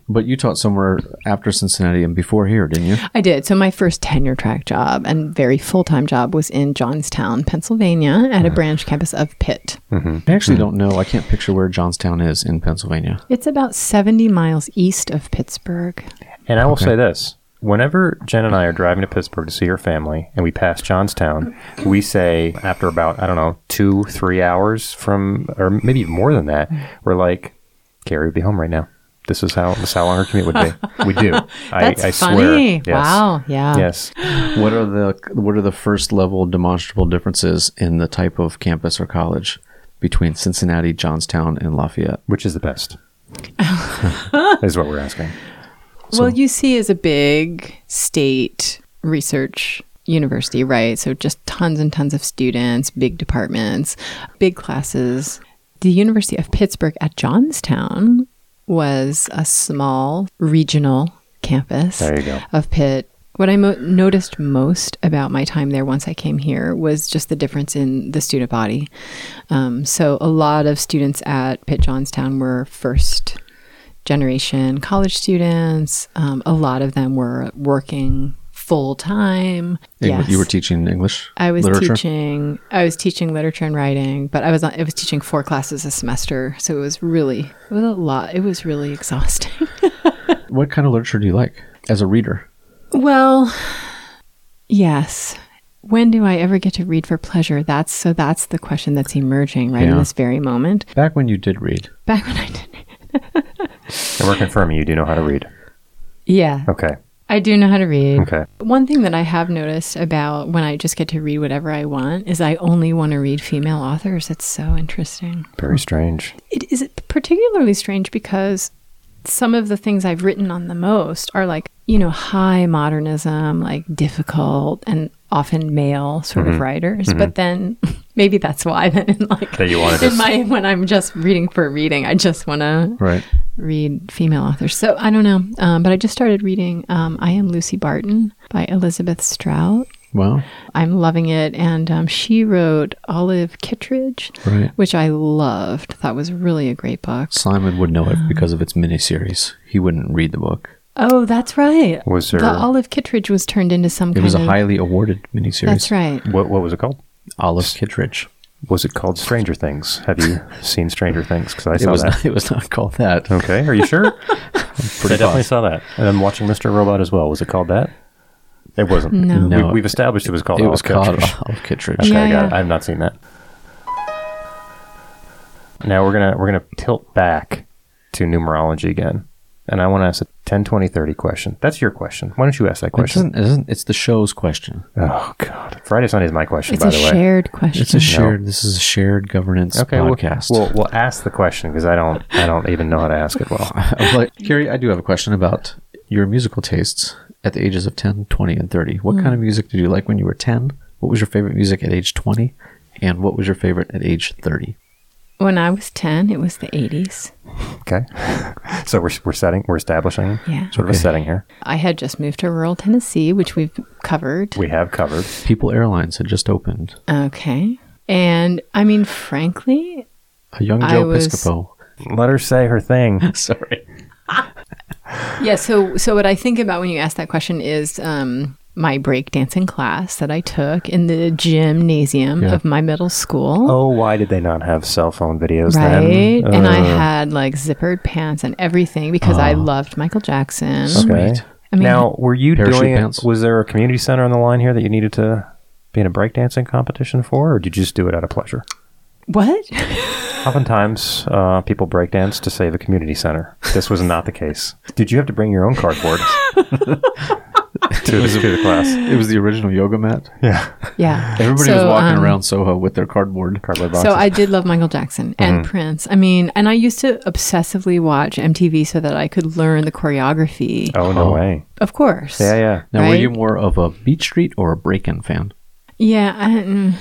Speaker 4: But you taught somewhere after Cincinnati and before here, didn't you?
Speaker 5: I did. So my first tenure track job and very full time job was in Johnstown, Pennsylvania,
Speaker 3: Uh-huh.
Speaker 5: at a branch campus of Pitt.
Speaker 4: I actually don't know. I can't picture where Johnstown is in Pennsylvania.
Speaker 5: It's about 70 miles east of Pittsburgh.
Speaker 3: And I will say this: whenever Jen and I are driving to Pittsburgh to see her family, and we pass Johnstown, we say after about I don't know two, three hours from, or maybe even more than that, we're like, Carrie would be home right now. This is how this is how long her commute would be. We do.
Speaker 5: That's
Speaker 3: I, I swear.
Speaker 5: funny.
Speaker 3: Yes.
Speaker 5: Wow. Yeah.
Speaker 3: Yes.
Speaker 4: What are the what are the first level demonstrable differences in the type of campus or college between Cincinnati, Johnstown, and Lafayette?
Speaker 3: Which is the best? is what we're asking.
Speaker 5: Well, UC is a big state research university, right? So just tons and tons of students, big departments, big classes. The University of Pittsburgh at Johnstown was a small regional campus
Speaker 3: There you go.
Speaker 5: of Pitt. What I mo- noticed most about my time there once I came here was just the difference in the student body. Um, so, a lot of students at Pitt Johnstown were first generation college students. Um, a lot of them were working full time.
Speaker 4: Eng-
Speaker 5: Yes.
Speaker 4: You were teaching English.
Speaker 5: I was
Speaker 4: literature.
Speaker 5: teaching. I was teaching literature and writing, but I was on, I was teaching four classes a semester, so it was really it was a lot. It was really exhausting.
Speaker 4: What kind of literature do you like as a reader?
Speaker 5: well, yes. When do I ever get to read for pleasure? That's so. That's the question that's emerging right in
Speaker 4: Yeah.
Speaker 5: this very moment.
Speaker 4: Back when you did read,
Speaker 5: Back when I did,
Speaker 3: And we're confirming you do know how to read.
Speaker 5: yeah,
Speaker 3: Okay.
Speaker 5: I do know how to read.
Speaker 3: Okay.
Speaker 5: One thing that I have noticed about when I just get to read whatever I want is I only want to read female authors. It's so interesting.
Speaker 3: Very strange.
Speaker 5: It is particularly strange because some of the things I've written on the most are like, you know, high modernism, like difficult and often male sort of writers. But then maybe that's why then in like
Speaker 3: That you wanted to
Speaker 5: in my when I'm just reading for reading, I just want to
Speaker 4: right?
Speaker 5: read female authors. So I don't know, um, but I just started reading um, I Am Lucy Barton by Elizabeth Strout.
Speaker 4: Wow,
Speaker 5: I'm loving it. And um, she wrote Olive Kittredge,
Speaker 4: right.
Speaker 5: which I loved. That was really a great book.
Speaker 4: Simon would know it
Speaker 5: Um,
Speaker 4: because of its miniseries. He wouldn't read the book.
Speaker 5: Oh, that's right.
Speaker 3: Was there
Speaker 5: The Olive Kittredge was turned into some
Speaker 4: It
Speaker 5: kind
Speaker 4: was a
Speaker 5: of.
Speaker 4: highly awarded miniseries.
Speaker 5: that's right.
Speaker 3: what what was it called?
Speaker 4: Olive Kittredge.
Speaker 3: Was it called Stranger Things? Have you seen Stranger Things? Because I
Speaker 4: It
Speaker 3: saw
Speaker 4: was
Speaker 3: that.
Speaker 4: not, it was not called that.
Speaker 3: Okay, are you sure? I
Speaker 4: Pretty
Speaker 3: definitely
Speaker 4: possible.
Speaker 3: saw that. And I'm watching Mr. Robot as well. Was it called that? It wasn't.
Speaker 5: No.
Speaker 4: No.
Speaker 3: We, we've established it was called.
Speaker 4: It was
Speaker 3: Olive
Speaker 4: called
Speaker 3: Kitchen.
Speaker 4: Olive Kittredge.
Speaker 3: Okay,
Speaker 5: Yeah,
Speaker 3: I got
Speaker 5: yeah.
Speaker 3: it. I have not seen that. Now we're gonna we're gonna tilt back to numerology again, and I want to ask a 10, 20, 30 question. That's your question. Why don't you ask that
Speaker 4: It
Speaker 3: question?
Speaker 4: isn't, it isn't, it's the show's question.
Speaker 3: Oh God, Friday Sunday is my question.
Speaker 5: It's
Speaker 3: by
Speaker 5: a
Speaker 3: the way,
Speaker 5: shared question.
Speaker 4: It's a shared. This is a shared governance
Speaker 3: okay, we'll-
Speaker 4: podcast.
Speaker 3: We'll, we'll ask the question because I don't I don't even know how to ask it well.
Speaker 4: I'm like, Carrie, I do have a question about your musical tastes at the ages of 10, 20, and 30. What kind of music did you like when you were 10? What was your favorite music at age 20? And what was your favorite at age 30?
Speaker 5: when I was 10, it was the 80s.
Speaker 3: Okay, so we're we're setting we're establishing
Speaker 5: Yeah.
Speaker 3: sort of a setting here.
Speaker 5: I had just moved to rural Tennessee, which we've covered.
Speaker 3: We have covered.
Speaker 4: People Airlines had just opened.
Speaker 5: Okay. And I mean, frankly,
Speaker 4: A young
Speaker 5: I
Speaker 4: Joe
Speaker 5: was-
Speaker 4: Piscopo.
Speaker 3: Let her say her thing.
Speaker 5: Oh.
Speaker 4: Sorry.
Speaker 5: Yeah. So, so what I think about when you ask that question is um, my breakdancing class that I took in the gymnasium
Speaker 4: Yeah.
Speaker 5: of my middle school.
Speaker 3: Oh, why did they not have cell phone videos
Speaker 5: Right,
Speaker 3: then? Uh,
Speaker 5: and I
Speaker 3: Ugh.
Speaker 5: had like zippered pants and everything because I loved Michael Jackson.
Speaker 3: Okay.
Speaker 4: Sweet.
Speaker 5: I mean-
Speaker 3: now, were you
Speaker 4: Parachute
Speaker 3: doing?
Speaker 4: pants.
Speaker 3: Was there a community center on the line here that you needed to be in a breakdancing competition for, or did you just do it out of pleasure?
Speaker 5: What?
Speaker 3: Oftentimes, uh, people breakdance to save a community center. This was not the case. Did you have to bring your own cardboard to, the, to the class?
Speaker 4: It was the original yoga mat.
Speaker 3: Yeah,
Speaker 5: Yeah,
Speaker 4: Everybody was
Speaker 5: So,
Speaker 4: walking
Speaker 5: um,
Speaker 4: around Soho with their cardboard.
Speaker 3: cardboard boxes. Mm-hmm.
Speaker 5: So I did love Michael Jackson and Prince. I mean, and I used to obsessively watch MTV so that I could learn the choreography.
Speaker 3: oh no way!
Speaker 5: Of course.
Speaker 3: Yeah, yeah.
Speaker 4: Now, were
Speaker 5: Right?
Speaker 4: you more of a Beach Street or a break in fan?
Speaker 5: Yeah, I, mm,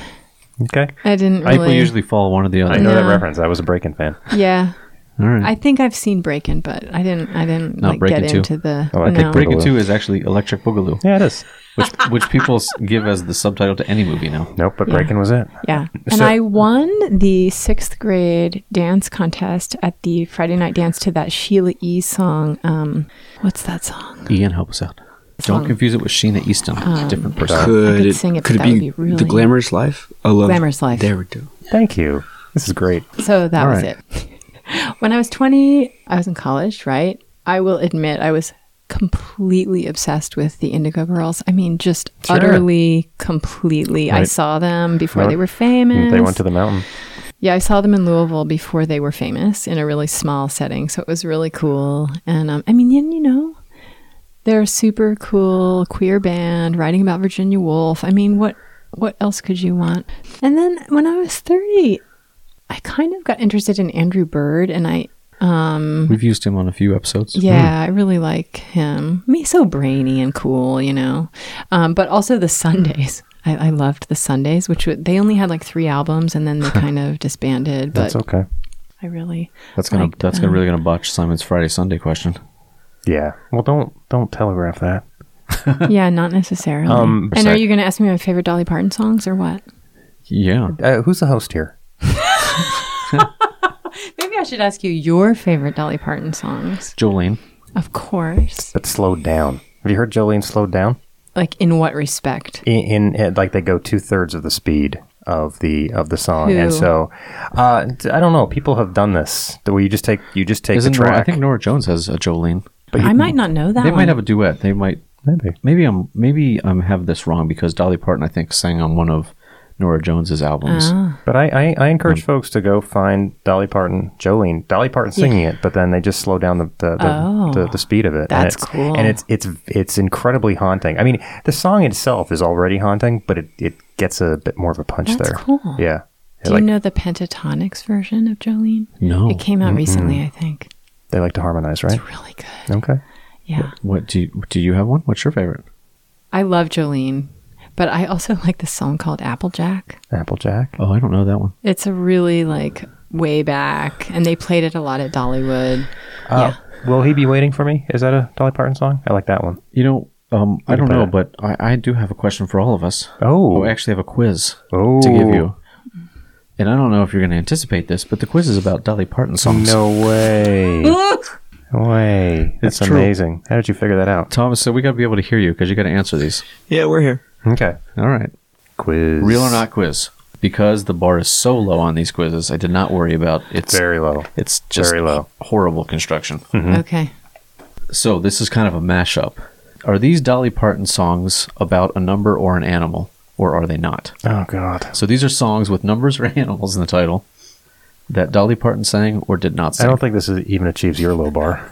Speaker 3: Okay,
Speaker 5: I didn't really.
Speaker 4: People usually follow one or the other.
Speaker 3: I know that
Speaker 5: No.
Speaker 3: reference. I was a breaking fan.
Speaker 5: Yeah.
Speaker 4: All
Speaker 3: Mm.
Speaker 4: right.
Speaker 5: I think I've seen Breakin', but I didn't. I didn't
Speaker 4: Not
Speaker 5: like get
Speaker 4: Breakin' 2.
Speaker 5: into the.
Speaker 3: Oh, I think
Speaker 5: no.
Speaker 4: break in
Speaker 3: Boogaloo.
Speaker 4: 2 is actually Electric Boogaloo,
Speaker 3: Yeah, it is.
Speaker 4: which, which people s- give as the subtitle to any movie now.
Speaker 3: Nope, but
Speaker 5: Yeah.
Speaker 3: breaking was it.
Speaker 5: yeah, and
Speaker 3: So-
Speaker 5: I won the sixth grade dance contest at the Friday night dance to that Sheila E. song. Um, what's that song?
Speaker 4: Ian, help us out. Don't
Speaker 5: Song.
Speaker 4: confuse it with Sheena Easton,
Speaker 5: Um,
Speaker 4: different person.
Speaker 5: I could
Speaker 6: Could it,
Speaker 5: sing it,
Speaker 6: could
Speaker 5: but
Speaker 6: it
Speaker 5: that would
Speaker 6: be,
Speaker 5: be really-
Speaker 6: the glamorous life? I love
Speaker 5: Glamorous Life.
Speaker 6: There we go.
Speaker 3: Thank you. This is great.
Speaker 5: So that
Speaker 4: All
Speaker 5: was
Speaker 4: right.
Speaker 5: it. when I was twenty, I was in college, right? I will admit, I was completely obsessed with the Indigo Girls. I mean, just
Speaker 3: Sure.
Speaker 5: utterly, completely. I
Speaker 3: Right.
Speaker 5: saw them before
Speaker 3: Right.
Speaker 5: they were famous.
Speaker 3: They went to the mountain.
Speaker 5: Yeah, I saw them in Louisville before they were famous in a really small setting. So it was really cool. And um, I mean, and, you know, they're a super cool queer band writing about Virginia Woolf. I mean, what what else could you want? And then when I was 30, I kind of got interested in Andrew Bird and I um
Speaker 4: We've used him on a few episodes.
Speaker 5: yeah, I really like him. I mean, he's so brainy and cool, you know. Um, but also the Sundays. I, I loved the Sundays, which w- they only had like three albums, and then they kind of disbanded. But
Speaker 3: That's okay.
Speaker 5: I really.
Speaker 4: That's gonna
Speaker 5: Like, uh,
Speaker 4: that's gonna really gonna botch Simon's Friday Sunday question.
Speaker 3: Yeah. Well, don't don't telegraph that.
Speaker 5: Yeah, not necessarily.
Speaker 3: Um,
Speaker 5: and are
Speaker 3: sorry.
Speaker 5: you going to ask me my favorite Dolly Parton songs or what?
Speaker 4: Yeah.
Speaker 3: Uh, who's the host here?
Speaker 5: Maybe I should ask you your favorite Dolly Parton songs.
Speaker 4: Jolene.
Speaker 5: Of course.
Speaker 3: But slowed down. Have you heard Jolene slowed down?
Speaker 5: Like in what respect?
Speaker 3: in, in like they go two thirds of the speed of the of the song, and
Speaker 5: Who?
Speaker 3: so uh, t- I don't know. People have done this where you just take you just take
Speaker 4: Isn't
Speaker 3: the
Speaker 4: Nora,
Speaker 3: track.
Speaker 4: I think Nora Jones has a Jolene.
Speaker 5: I might not know that.
Speaker 4: They
Speaker 5: one.
Speaker 4: might have a duet. They might.
Speaker 3: Maybe.
Speaker 4: Maybe I'm. Maybe I'm have this wrong because Dolly Parton I think sang on one of Nora Jones's albums.
Speaker 5: Uh, Ah,
Speaker 3: But I, I, I encourage
Speaker 4: Hmm.
Speaker 3: folks to go find Dolly Parton, Jolene, Dolly Parton singing it, but then they just slow down the the, the,
Speaker 5: Oh.
Speaker 3: the, the speed of it. and
Speaker 5: That's
Speaker 3: it's,
Speaker 5: cool.
Speaker 3: And it's it's it's incredibly haunting. I mean, the song itself is already haunting, but it, it gets a bit more of a punch
Speaker 5: That's
Speaker 3: there.
Speaker 5: cool.
Speaker 3: Yeah. They
Speaker 5: Do
Speaker 3: like,
Speaker 5: you know the pentatonics version of Jolene?
Speaker 4: No.
Speaker 5: It came out recently, I think.
Speaker 3: they like to harmonize, right?
Speaker 5: It's really good.
Speaker 3: Okay.
Speaker 5: Yeah.
Speaker 4: What do you, do you have one? What's your favorite?
Speaker 5: I love Jolene, but I also like this song called Applejack.
Speaker 3: Applejack.
Speaker 4: Oh, I don't know that one.
Speaker 5: It's a really like way back, and they played it a lot at Dollywood.
Speaker 3: Uh, Will he be waiting for me? Is that a Dolly Parton song? I like that one.
Speaker 4: You know, um, I
Speaker 3: can
Speaker 4: don't
Speaker 3: play
Speaker 4: know,
Speaker 3: that.
Speaker 4: but I, I do have a question for all of us.
Speaker 3: Oh.
Speaker 4: Oh, I actually have a quiz
Speaker 3: Oh.
Speaker 4: to give you. And I don't know if you're going to anticipate this, but the quiz is about Dolly Parton songs.
Speaker 3: No way. way. That's
Speaker 4: It's true.
Speaker 3: amazing. How did you figure that out?
Speaker 4: Thomas, so we got to be able to hear you because you got to answer these.
Speaker 6: Yeah, we're here.
Speaker 3: Okay.
Speaker 4: All right.
Speaker 3: Quiz.
Speaker 4: Real or not quiz. Because the bar is so low on these quizzes, I did not worry about it's
Speaker 3: Very low.
Speaker 4: it's just
Speaker 3: very low. Hmm.
Speaker 4: horrible construction.
Speaker 5: Okay.
Speaker 4: So this is kind of a mashup. Are these Dolly Parton songs about a number or an animal, or are they not?
Speaker 3: Oh God.
Speaker 4: So these are songs with numbers or animals in the title that Dolly Parton sang or did not
Speaker 3: I
Speaker 4: sing.
Speaker 3: don't think this is, even achieves your low bar.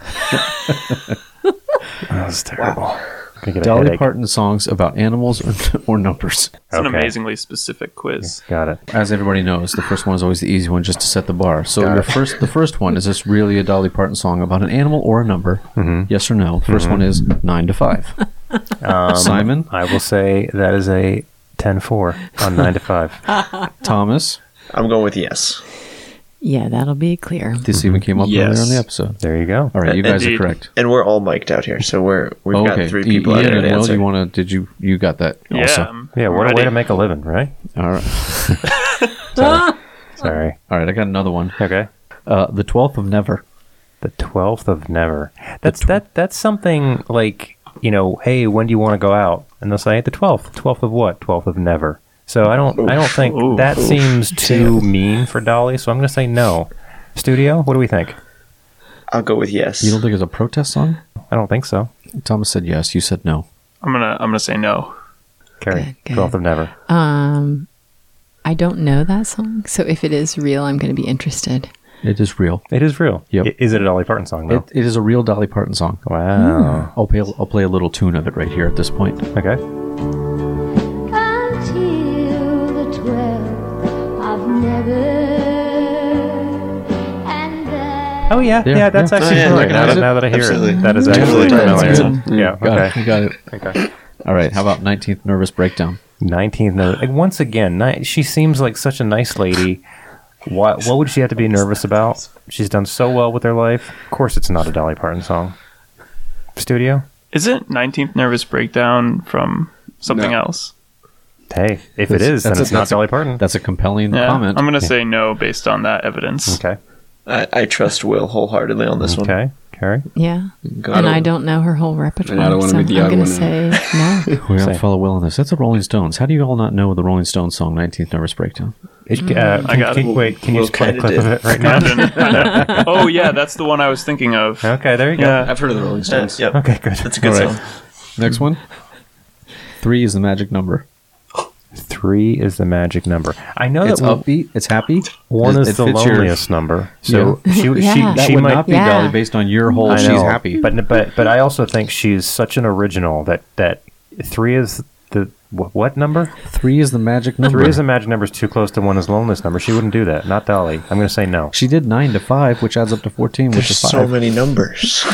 Speaker 3: that was terrible. Gonna get a
Speaker 4: Dolly
Speaker 3: headache.
Speaker 4: Parton songs about animals or, or numbers.
Speaker 7: It's an
Speaker 3: Okay.
Speaker 7: amazingly specific quiz.
Speaker 3: Got it.
Speaker 4: As everybody knows, the first one is always the easy one just to set the bar. So your first, the first one is this really a Dolly Parton song about an animal or a number?
Speaker 6: Mm-hmm.
Speaker 4: Yes or no? 1st one is nine to five.
Speaker 6: Um,
Speaker 4: Simon,
Speaker 6: uh,
Speaker 3: I will say that is a 10-4 on nine to five.
Speaker 4: Thomas.
Speaker 6: I'm going with yes.
Speaker 5: Yeah, that'll be clear.
Speaker 4: This even came up
Speaker 6: mm-hmm. Yes.
Speaker 4: earlier on the episode.
Speaker 3: There you go.
Speaker 4: All right, you guys
Speaker 7: Indeed.
Speaker 4: are correct.
Speaker 6: And we're all mic'd out here, so we're we've got three
Speaker 4: I-
Speaker 6: people out
Speaker 4: Oh, Ian
Speaker 6: here
Speaker 4: and
Speaker 6: to
Speaker 4: Will,
Speaker 6: answer.
Speaker 4: you want to? Did you you got that? Also?
Speaker 7: Yeah. I'm
Speaker 3: Yeah, what a
Speaker 7: ready.
Speaker 3: way to make a living, right?
Speaker 4: All right.
Speaker 3: Sorry.
Speaker 4: All right. I got another one.
Speaker 3: Okay.
Speaker 4: Uh, the twelfth of never.
Speaker 3: The twelfth of never. That's that. That's something like you know. Hey, when do you want to go out? And they'll say the twelfth. Twelfth of what? Twelfth of never. So I don't. I don't think
Speaker 7: Oof.
Speaker 3: that seems too mean for Dolly. So I'm going to say no. Studio. What do we think?
Speaker 6: I'll go with yes.
Speaker 4: You don't think it's a protest song?
Speaker 3: I don't think so.
Speaker 4: Thomas said yes. You said no.
Speaker 7: I'm gonna I'm gonna say no.
Speaker 3: Carrie.
Speaker 5: Good, good.
Speaker 3: Twelfth of never.
Speaker 5: Um, I don't know that song, so if it is real, I'm going to be interested.
Speaker 4: It is real.
Speaker 3: It is real.
Speaker 4: Yep.
Speaker 3: I- Is it a Dolly Parton song though?
Speaker 4: It, it is a real Dolly Parton song.
Speaker 3: wow.
Speaker 4: I'll play. I'll play a little tune of it right here at this point.
Speaker 3: Okay.
Speaker 8: until the twelfth of never, and then.
Speaker 3: Oh yeah. Yeah.
Speaker 4: Yeah,
Speaker 3: that's
Speaker 4: yeah.
Speaker 3: actually
Speaker 6: Oh, yeah,
Speaker 3: familiar. Now,
Speaker 6: recognize
Speaker 3: that,
Speaker 6: it?
Speaker 3: now that I hear
Speaker 6: Absolutely.
Speaker 3: it, that is
Speaker 6: Totally
Speaker 3: actually
Speaker 6: recognize
Speaker 3: familiar.
Speaker 6: it.
Speaker 3: Yeah.
Speaker 4: Got
Speaker 3: Okay.
Speaker 4: it. You got it.
Speaker 3: Okay.
Speaker 4: All right. How about nineteenth nervous breakdown?
Speaker 3: Nineteenth note. Like, Once again, ni- she seems like such a nice lady. What what would she have to be nervous about? She's done so well with her life. Of course, it's not a Dolly Parton song. Studio.
Speaker 7: Isn't 19th Nervous Breakdown from something
Speaker 9: No.
Speaker 7: else?
Speaker 3: Hey, if it
Speaker 4: That's-
Speaker 3: is, then
Speaker 4: that's a-
Speaker 3: it's not
Speaker 4: that's a-
Speaker 3: Dolly Parton.
Speaker 4: That's a compelling
Speaker 7: Yeah,
Speaker 4: comment.
Speaker 7: I'm gonna say no based on that evidence.
Speaker 3: Okay.
Speaker 6: I, I trust Will wholeheartedly on this one.
Speaker 3: Okay. Carrie.
Speaker 5: Yeah,
Speaker 6: Got
Speaker 5: and
Speaker 6: it.
Speaker 5: I don't know her whole repertoire,
Speaker 9: don't wanna
Speaker 5: so
Speaker 9: be the
Speaker 5: I'm
Speaker 9: odd
Speaker 5: going to
Speaker 9: one
Speaker 5: say no.
Speaker 4: We're gonna
Speaker 3: Say.
Speaker 4: follow Will on this. That's a Rolling Stones. How do you all not know the Rolling Stones song "19th Nervous Breakdown"?
Speaker 3: It, uh, can,
Speaker 7: Mm, got
Speaker 3: can-
Speaker 7: it.
Speaker 3: Wait, can you
Speaker 6: Well,
Speaker 3: just play a
Speaker 6: kinda
Speaker 3: clip of
Speaker 6: did.
Speaker 3: it right now?
Speaker 7: oh yeah, that's the one I was thinking of.
Speaker 3: Okay, there you go.
Speaker 7: Yeah.
Speaker 9: I've heard of the Rolling
Speaker 6: Uh,
Speaker 9: Stones.
Speaker 6: yep.
Speaker 3: Okay, good.
Speaker 6: That's a good
Speaker 4: All right.
Speaker 6: song.
Speaker 4: Next one. Three is the magic number.
Speaker 3: Three is the magic number. I know
Speaker 4: It's
Speaker 3: that one-
Speaker 4: upbeat. It's happy.
Speaker 3: one
Speaker 4: It-
Speaker 3: is
Speaker 4: it
Speaker 3: the
Speaker 4: fits your-
Speaker 3: loneliest number. So
Speaker 4: Yeah.
Speaker 3: she she
Speaker 5: Yeah.
Speaker 4: That
Speaker 3: she
Speaker 4: would
Speaker 3: might
Speaker 4: not be
Speaker 5: Yeah.
Speaker 4: Dolly based on your whole.
Speaker 3: I
Speaker 4: She's
Speaker 3: know,
Speaker 4: happy.
Speaker 3: But but but I also think she's such an original that that three is the what, what number?
Speaker 4: three is the magic number.
Speaker 3: Three is the magic number is too close to one is loneliest number. She wouldn't do that. Not Dolly. I'm going to say no.
Speaker 4: She did nine to five, which adds up to fourteen, which
Speaker 6: There's
Speaker 4: is five.
Speaker 6: so many numbers.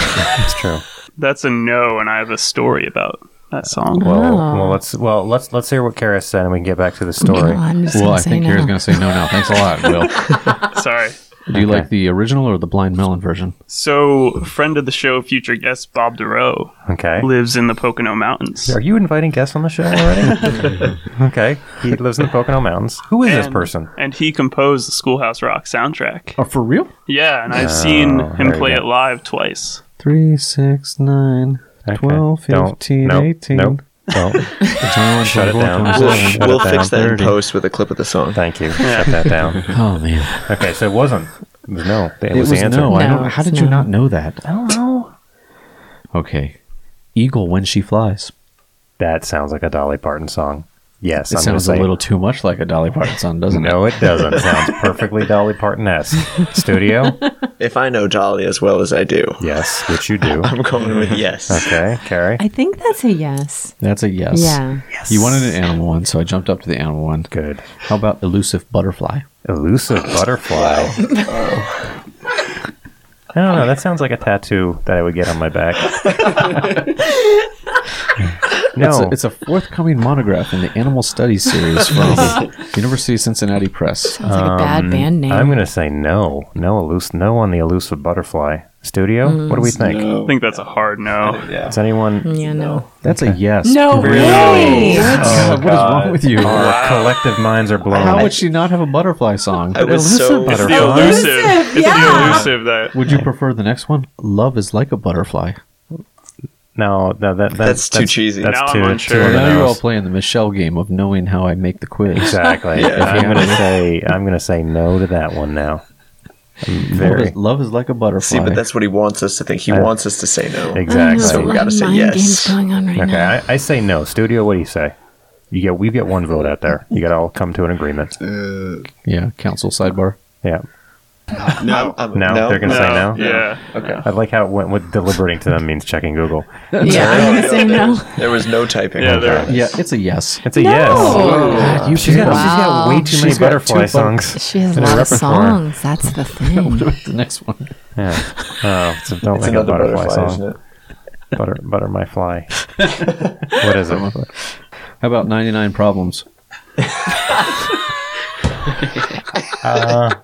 Speaker 3: It's true.
Speaker 7: That's a no, and I have a story about that song.
Speaker 3: Well,
Speaker 5: Oh.
Speaker 3: well, let's well let's let's hear what Kara said and we can get back to the story.
Speaker 5: No, I'm just
Speaker 4: well,
Speaker 5: going
Speaker 4: I
Speaker 5: to say
Speaker 4: think
Speaker 5: no.
Speaker 4: Kara's going to say no now. Thanks a lot, Will.
Speaker 7: Sorry.
Speaker 4: Do you like the original or the Blind Melon version?
Speaker 7: So, friend of the show, future guest Bob DeRoe
Speaker 3: Okay.
Speaker 7: lives in the Pocono Mountains.
Speaker 3: Are you inviting guests on the show already? okay. He lives in the Pocono Mountains. Who is this
Speaker 7: And-
Speaker 3: person?
Speaker 7: And he composed the Schoolhouse Rock soundtrack.
Speaker 4: Oh, for real?
Speaker 7: Yeah, and I've seen him
Speaker 3: Oh, there you
Speaker 7: play
Speaker 3: go.
Speaker 7: it live twice.
Speaker 4: Three, six, nine,
Speaker 3: Okay.
Speaker 4: twelve,
Speaker 3: Don't.
Speaker 4: fifteen,
Speaker 3: Nope.
Speaker 4: eighteen.
Speaker 3: Nope. Well,
Speaker 4: 21,
Speaker 3: Shut it
Speaker 4: 24,
Speaker 3: down.
Speaker 4: 27,
Speaker 6: We'll,
Speaker 3: Shut
Speaker 6: we'll
Speaker 3: it down.
Speaker 6: fix that in
Speaker 4: 30.
Speaker 6: post with a clip of the song.
Speaker 3: thank you. Shut that down.
Speaker 4: Oh man,
Speaker 3: Okay, so it wasn't. It was no. It,
Speaker 4: it was
Speaker 3: was, the answer.
Speaker 4: no. I
Speaker 5: No,
Speaker 4: don't, how
Speaker 5: it's
Speaker 4: did you
Speaker 5: no.
Speaker 4: not know that?
Speaker 3: I don't know.
Speaker 4: Okay, eagle when she flies.
Speaker 3: That sounds like a Dolly Parton song. Yes, I'm
Speaker 4: It
Speaker 3: gonna
Speaker 4: sounds a
Speaker 3: say
Speaker 4: little too much like a Dolly Parton song, doesn't it?
Speaker 3: No, it doesn't. sounds perfectly Dolly Parton-esque. Studio?
Speaker 6: If I know Dolly as well as I do,
Speaker 3: Yes, which you do.
Speaker 6: I'm going with yes.
Speaker 3: Okay, Carrie.
Speaker 9: I think that's a yes.
Speaker 4: That's a yes.
Speaker 9: Yeah.
Speaker 4: You wanted an animal one, so I jumped up to the animal one.
Speaker 3: Good.
Speaker 4: How about elusive butterfly?
Speaker 3: Elusive butterfly. I don't know. That sounds like a tattoo that I would get on my back.
Speaker 4: It's
Speaker 3: no,
Speaker 4: a, it's a forthcoming monograph in the Animal Studies series from University of Cincinnati Press.
Speaker 5: Sounds like a bad band name.
Speaker 3: I'm going to say no. No, elus- no on the elusive butterfly. Studio? what do we think?
Speaker 7: I think that's a hard no.
Speaker 3: Does anyone.
Speaker 5: Mm. yeah, no.
Speaker 4: That's a yes.
Speaker 5: No way.
Speaker 4: Oh, what is wrong with you?
Speaker 3: Our collective minds are blown.
Speaker 4: How would she not have a butterfly song?
Speaker 6: I was so
Speaker 7: It's the
Speaker 3: Butterfly.
Speaker 7: elusive. It's the elusive that.
Speaker 4: Would you prefer the next one? Love is like a butterfly.
Speaker 3: no, no, that, that's,
Speaker 6: That's too cheesy.
Speaker 3: That's
Speaker 7: Now I'm
Speaker 3: too,
Speaker 7: unsure.
Speaker 3: too
Speaker 4: Well,
Speaker 3: on the
Speaker 4: now you're all
Speaker 3: nose.
Speaker 4: playing the Michelle game of knowing how I make the quiz.
Speaker 3: Exactly. I'm gonna say I'm gonna say no to that one now. I'm
Speaker 4: Love
Speaker 3: Very
Speaker 4: is, love is like a butterfly.
Speaker 6: See, but that's what he wants us to think. He
Speaker 3: Uh,
Speaker 6: wants us to say no.
Speaker 3: exactly.
Speaker 6: So we gotta say
Speaker 5: Mind
Speaker 6: yes.
Speaker 5: games going on right
Speaker 3: okay,
Speaker 5: now.
Speaker 3: I, I say no. Studio, what do you say? You get we've got one vote out there. You gotta all come to an agreement.
Speaker 4: yeah, council sidebar.
Speaker 3: Yeah.
Speaker 6: No, I'm,
Speaker 3: No, they're gonna say no.
Speaker 7: Yeah.
Speaker 6: Okay.
Speaker 3: I like how it went with deliberating to them means checking Google.
Speaker 5: Yeah, I'm going to say no.
Speaker 6: There was no typing.
Speaker 7: Yeah, there-
Speaker 4: Yeah, it's a yes.
Speaker 3: It's a yes.
Speaker 4: God, you
Speaker 3: Oh, She's got, she's got
Speaker 5: Wow.
Speaker 3: way too many
Speaker 4: She's got two
Speaker 3: butterfly
Speaker 4: bu-
Speaker 3: songs.
Speaker 5: She has a
Speaker 3: In her
Speaker 5: lot of
Speaker 3: repertoire.
Speaker 5: songs. That's the thing.
Speaker 4: the next one.
Speaker 3: Yeah. Oh, so don't
Speaker 6: It's
Speaker 3: make a
Speaker 6: another
Speaker 3: butterfly,
Speaker 6: butterfly,
Speaker 3: song.
Speaker 6: isn't it?
Speaker 3: Butter, butter my fly. what is it?
Speaker 4: How about 99 problems? Uh,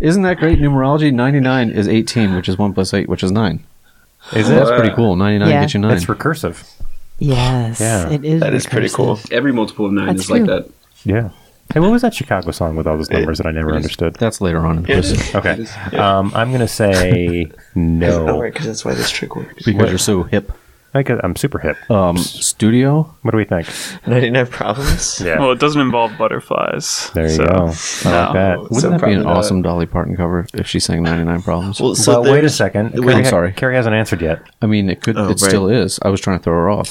Speaker 4: Isn't that great numerology? 99 is 18, which is 1 plus 8, which is 9.
Speaker 3: Is
Speaker 4: That's
Speaker 3: it?
Speaker 4: pretty cool. 99
Speaker 9: Yeah.
Speaker 4: gets you 9.
Speaker 3: It's recursive.
Speaker 9: Yes.
Speaker 3: Yeah.
Speaker 9: It is.
Speaker 6: That is pretty
Speaker 9: recursive.
Speaker 6: cool.
Speaker 10: Every multiple of nine
Speaker 9: That's
Speaker 10: is like
Speaker 9: true.
Speaker 10: that.
Speaker 3: Yeah. Hey, what was that Chicago song with all those numbers that I never understood?
Speaker 4: That's later on in the quiz.
Speaker 3: Okay. Um, I'm going to say
Speaker 6: Oh,
Speaker 3: no.
Speaker 6: right, because that's why this trick works.
Speaker 4: Because you're so hip.
Speaker 3: I guess I'm super hip.
Speaker 4: Um, studio?
Speaker 3: What do we think?
Speaker 6: 99 problems?
Speaker 3: Yeah.
Speaker 7: Well, it doesn't involve butterflies.
Speaker 3: there you
Speaker 7: so-
Speaker 3: go. I like that.
Speaker 4: Wouldn't
Speaker 6: So
Speaker 4: that be an
Speaker 6: probably not.
Speaker 4: awesome Dolly Parton cover if she sang 99 Problems?
Speaker 6: Well,
Speaker 3: well,
Speaker 6: so
Speaker 3: wait a
Speaker 6: there's-
Speaker 3: second.
Speaker 4: Wait,
Speaker 3: Carrie
Speaker 4: I'm
Speaker 3: ha-
Speaker 4: sorry.
Speaker 3: Carrie hasn't answered yet.
Speaker 4: I mean, it could. it
Speaker 6: Oh, right.
Speaker 4: still is. I was trying to throw her off.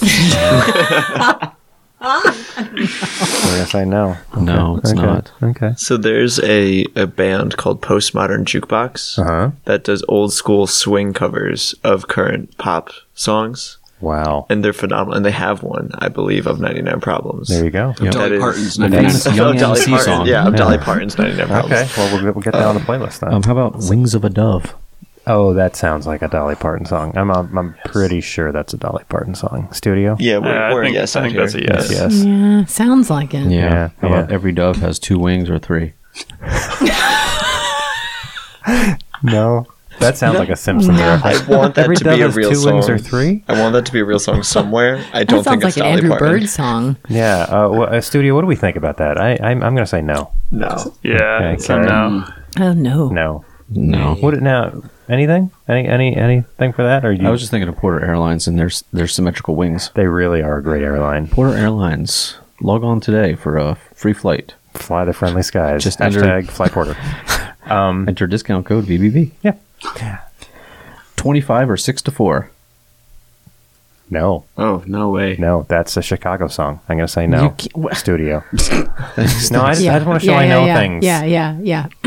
Speaker 3: We're going to say no.
Speaker 4: no, it's
Speaker 3: okay.
Speaker 4: not.
Speaker 3: Okay.
Speaker 6: So there's a, a band called Postmodern Jukebox
Speaker 3: Uh-huh.
Speaker 6: that does old school swing covers of current pop songs,
Speaker 3: Wow.
Speaker 6: and they're phenomenal. And they have one, I believe, of 99 Problems.
Speaker 3: There you go.
Speaker 6: That
Speaker 10: Dolly
Speaker 6: is-
Speaker 10: Parton's
Speaker 4: The
Speaker 10: 99
Speaker 4: famous
Speaker 6: Of
Speaker 4: Young
Speaker 6: Dolly
Speaker 4: MC
Speaker 6: Parton,
Speaker 4: song.
Speaker 6: Yeah, of Dolly Parton's 99 Problems.
Speaker 3: Okay. Well, we'll, get- we'll get that on the playlist then.
Speaker 4: Um, how about Wings of a Dove?
Speaker 3: oh, that sounds like a Dolly Parton song. I'm, I'm, I'm pretty sure that's a Dolly Parton song. Studio?
Speaker 6: Yeah,
Speaker 7: Yeah,
Speaker 6: we're,
Speaker 7: I
Speaker 6: we're
Speaker 7: think,
Speaker 6: yes
Speaker 7: I
Speaker 6: out
Speaker 7: think
Speaker 6: here.
Speaker 7: that's a yes.
Speaker 3: Yes.
Speaker 5: Yeah, sounds like it.
Speaker 4: Yeah.
Speaker 3: Yeah,
Speaker 4: How about
Speaker 3: yeah.
Speaker 4: every dove has two wings or three?
Speaker 3: No. That sounds like a Simpsons reference.
Speaker 6: I want that
Speaker 3: Every
Speaker 6: to be
Speaker 3: dove
Speaker 6: a
Speaker 3: has
Speaker 6: real
Speaker 3: two
Speaker 6: song.
Speaker 3: wings or three?
Speaker 6: I want that to be a real song somewhere. I
Speaker 5: That
Speaker 6: don't
Speaker 5: sounds
Speaker 6: think
Speaker 5: like
Speaker 6: it's
Speaker 5: an
Speaker 6: Dolly
Speaker 5: Andrew
Speaker 6: Parton.
Speaker 5: Bird song.
Speaker 3: Yeah. Uh, well, uh, studio, what do we think about that? I, I'm, I'm going to say no.
Speaker 6: No.
Speaker 7: Yeah.
Speaker 3: Okay,
Speaker 7: so
Speaker 3: Carrie.
Speaker 7: no.
Speaker 5: Oh no.
Speaker 3: No.
Speaker 4: No.
Speaker 3: What now? Anything? Any any anything for that? Or you?
Speaker 4: I was just thinking of Porter Airlines and their s- their symmetrical wings.
Speaker 3: they really are a great airline.
Speaker 4: Porter Airlines. Log on today for a free flight.
Speaker 3: Fly the friendly skies.
Speaker 4: Just under-
Speaker 3: hashtag fly porter.
Speaker 4: Enter discount code VBV.
Speaker 3: Yeah.
Speaker 4: Twenty five or six to four.
Speaker 3: No,
Speaker 10: Oh, no way.
Speaker 3: no, that's a Chicago song. I'm gonna say
Speaker 4: You
Speaker 3: no.
Speaker 4: can't- wha-
Speaker 3: Studio. no, I just, I just want to show
Speaker 5: yeah,
Speaker 3: I
Speaker 5: yeah,
Speaker 3: know
Speaker 5: yeah.
Speaker 3: things.
Speaker 5: Yeah, yeah,